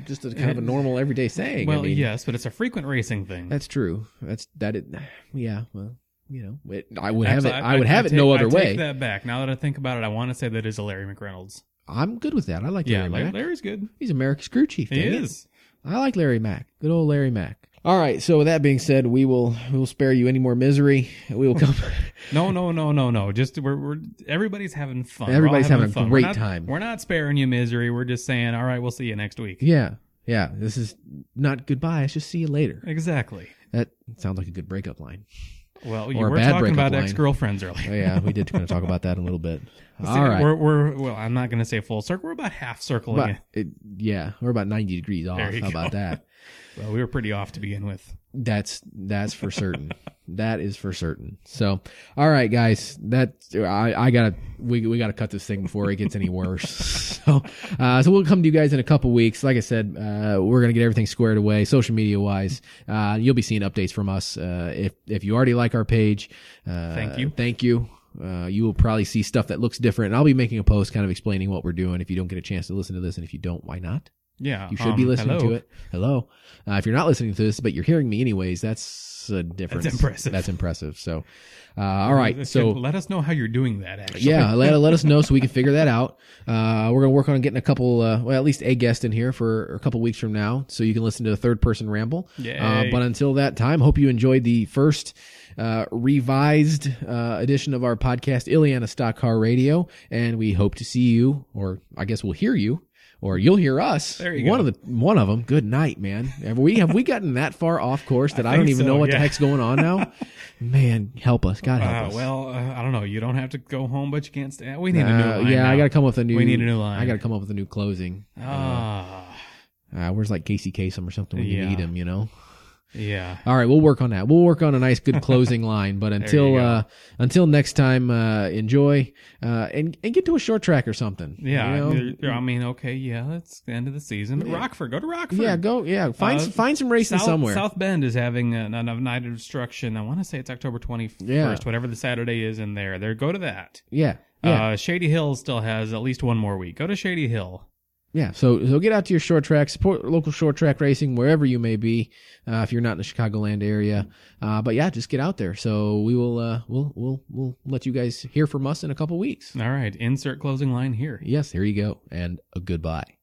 [SPEAKER 1] just a kind of a normal everyday saying. I
[SPEAKER 2] Uh, Well,
[SPEAKER 1] mean,
[SPEAKER 2] yes, but it's a frequent racing thing.
[SPEAKER 1] that's true. That's that. It, yeah, well, you know, it, I would have
[SPEAKER 2] Actually,
[SPEAKER 1] it. I, would have it
[SPEAKER 2] take-
[SPEAKER 1] no
[SPEAKER 2] I
[SPEAKER 1] other
[SPEAKER 2] take
[SPEAKER 1] way.
[SPEAKER 2] that back. Now that I think about it, I want to say that is a Larry McReynolds.
[SPEAKER 1] I'm good with that. I like
[SPEAKER 2] Yeah,
[SPEAKER 1] Larry
[SPEAKER 2] Larry,
[SPEAKER 1] Mack.
[SPEAKER 2] Larry's good.
[SPEAKER 1] He's America's crew chief.
[SPEAKER 2] He
[SPEAKER 1] dang it.
[SPEAKER 2] is.
[SPEAKER 1] I like Larry Mack. Good old Larry Mack. All right. So with that being said, we will we will spare you any more misery. We will come.
[SPEAKER 2] No, no, no, no, no. Just we're, we're everybody's having fun. We're all
[SPEAKER 1] Everybody's having a
[SPEAKER 2] fun.
[SPEAKER 1] great
[SPEAKER 2] we're not,
[SPEAKER 1] time.
[SPEAKER 2] We're not sparing you misery. We're just saying, all right, we'll see you next week.
[SPEAKER 1] yeah. Yeah. This is not goodbye. It's just see you later.
[SPEAKER 2] Exactly.
[SPEAKER 1] That sounds like a good breakup line.
[SPEAKER 2] Well, you
[SPEAKER 1] Or a
[SPEAKER 2] were
[SPEAKER 1] bad
[SPEAKER 2] talking
[SPEAKER 1] breakup
[SPEAKER 2] about
[SPEAKER 1] line.
[SPEAKER 2] ex girlfriends earlier.
[SPEAKER 1] Oh yeah, we did kind of talk about that in a little bit. All
[SPEAKER 2] See,
[SPEAKER 1] right.
[SPEAKER 2] We're, we're well. I'm not going to say full circle. We're about half circling.
[SPEAKER 1] But
[SPEAKER 2] it.
[SPEAKER 1] it, yeah, we're about ninety degrees off.
[SPEAKER 2] There you
[SPEAKER 1] How about that?
[SPEAKER 2] Well, we were pretty off to begin with.
[SPEAKER 1] That's that's for certain. that is for certain. So, all right, guys, that I, I gotta we we gotta cut this thing before it gets any worse. so, uh, so we'll come to you guys in a couple weeks. Like I said, uh, we're gonna get everything squared away, social media wise. Uh, you'll be seeing updates from us. Uh, if if you already like our page, uh,
[SPEAKER 2] Thank you.
[SPEAKER 1] thank you. Uh, you will probably see stuff that looks different. And I'll be making a post kind of explaining what we're doing. If you don't get a chance to listen to this, and if you don't, why not?
[SPEAKER 2] Yeah,
[SPEAKER 1] You should
[SPEAKER 2] um,
[SPEAKER 1] be listening
[SPEAKER 2] hello.
[SPEAKER 1] to it. Hello. Uh, if you're not listening to this, but you're hearing me anyways, that's a difference.
[SPEAKER 2] impressive.
[SPEAKER 1] That's impressive. So, uh, all right. So,
[SPEAKER 2] let us know how you're doing that. Actually,
[SPEAKER 1] yeah, let, let us know so we can figure that out. Uh, we're going to work on getting a couple, uh, well, at least a guest in here for a couple weeks from now so you can listen to the third person ramble. Uh,
[SPEAKER 2] Yay.
[SPEAKER 1] but until that time, hope you enjoyed the first uh, revised uh, edition of our podcast, Ileana Stock Car Radio. And we hope to see you, or I guess we'll hear you. Or you'll hear us.
[SPEAKER 2] There you
[SPEAKER 1] one
[SPEAKER 2] go.
[SPEAKER 1] of the one of them. Good night, man. Have we have we gotten that far off course that I, don't
[SPEAKER 2] think
[SPEAKER 1] even
[SPEAKER 2] so,
[SPEAKER 1] know what
[SPEAKER 2] yeah.
[SPEAKER 1] the heck's going on now? man, help us. God help
[SPEAKER 2] Uh,
[SPEAKER 1] us.
[SPEAKER 2] well, uh, I don't know. You don't have to go home, but you can't stay. We need a
[SPEAKER 1] Uh,
[SPEAKER 2] new line.
[SPEAKER 1] yeah, I got to come up with a new.
[SPEAKER 2] We need a new line.
[SPEAKER 1] I got to come up with a new closing.
[SPEAKER 2] Ah,
[SPEAKER 1] Uh, where's like Casey Kasem or something when you
[SPEAKER 2] Yeah.
[SPEAKER 1] need him, you know?
[SPEAKER 2] yeah.
[SPEAKER 1] All right, we'll work on that. We'll work on a nice, good closing line. But until
[SPEAKER 2] you go.
[SPEAKER 1] uh, until next time, uh, enjoy uh, and and get to a short track or something.
[SPEAKER 2] Yeah,
[SPEAKER 1] you know?
[SPEAKER 2] I mean, okay, yeah, it's the end of the season. But Rockford, go to Rockford.
[SPEAKER 1] yeah. Go, yeah. Find
[SPEAKER 2] Uh,
[SPEAKER 1] find some racing
[SPEAKER 2] South,
[SPEAKER 1] somewhere.
[SPEAKER 2] South Bend is having a, a night of destruction. I want to say it's October 21st,
[SPEAKER 1] Yeah.
[SPEAKER 2] whatever the Saturday is in there. There, go to that.
[SPEAKER 1] Yeah, yeah,
[SPEAKER 2] Uh, Shady Hill still has at least one more week. Go to Shady Hill.
[SPEAKER 1] yeah. So so get out to your short track, support local short track racing wherever you may be, uh, if you're not in the Chicagoland area. Uh, but yeah, just get out there. So we will uh, we'll we'll we'll let you guys hear from us in a couple weeks.
[SPEAKER 2] All right, insert closing line here.
[SPEAKER 1] Yes, here you go, and uh, goodbye.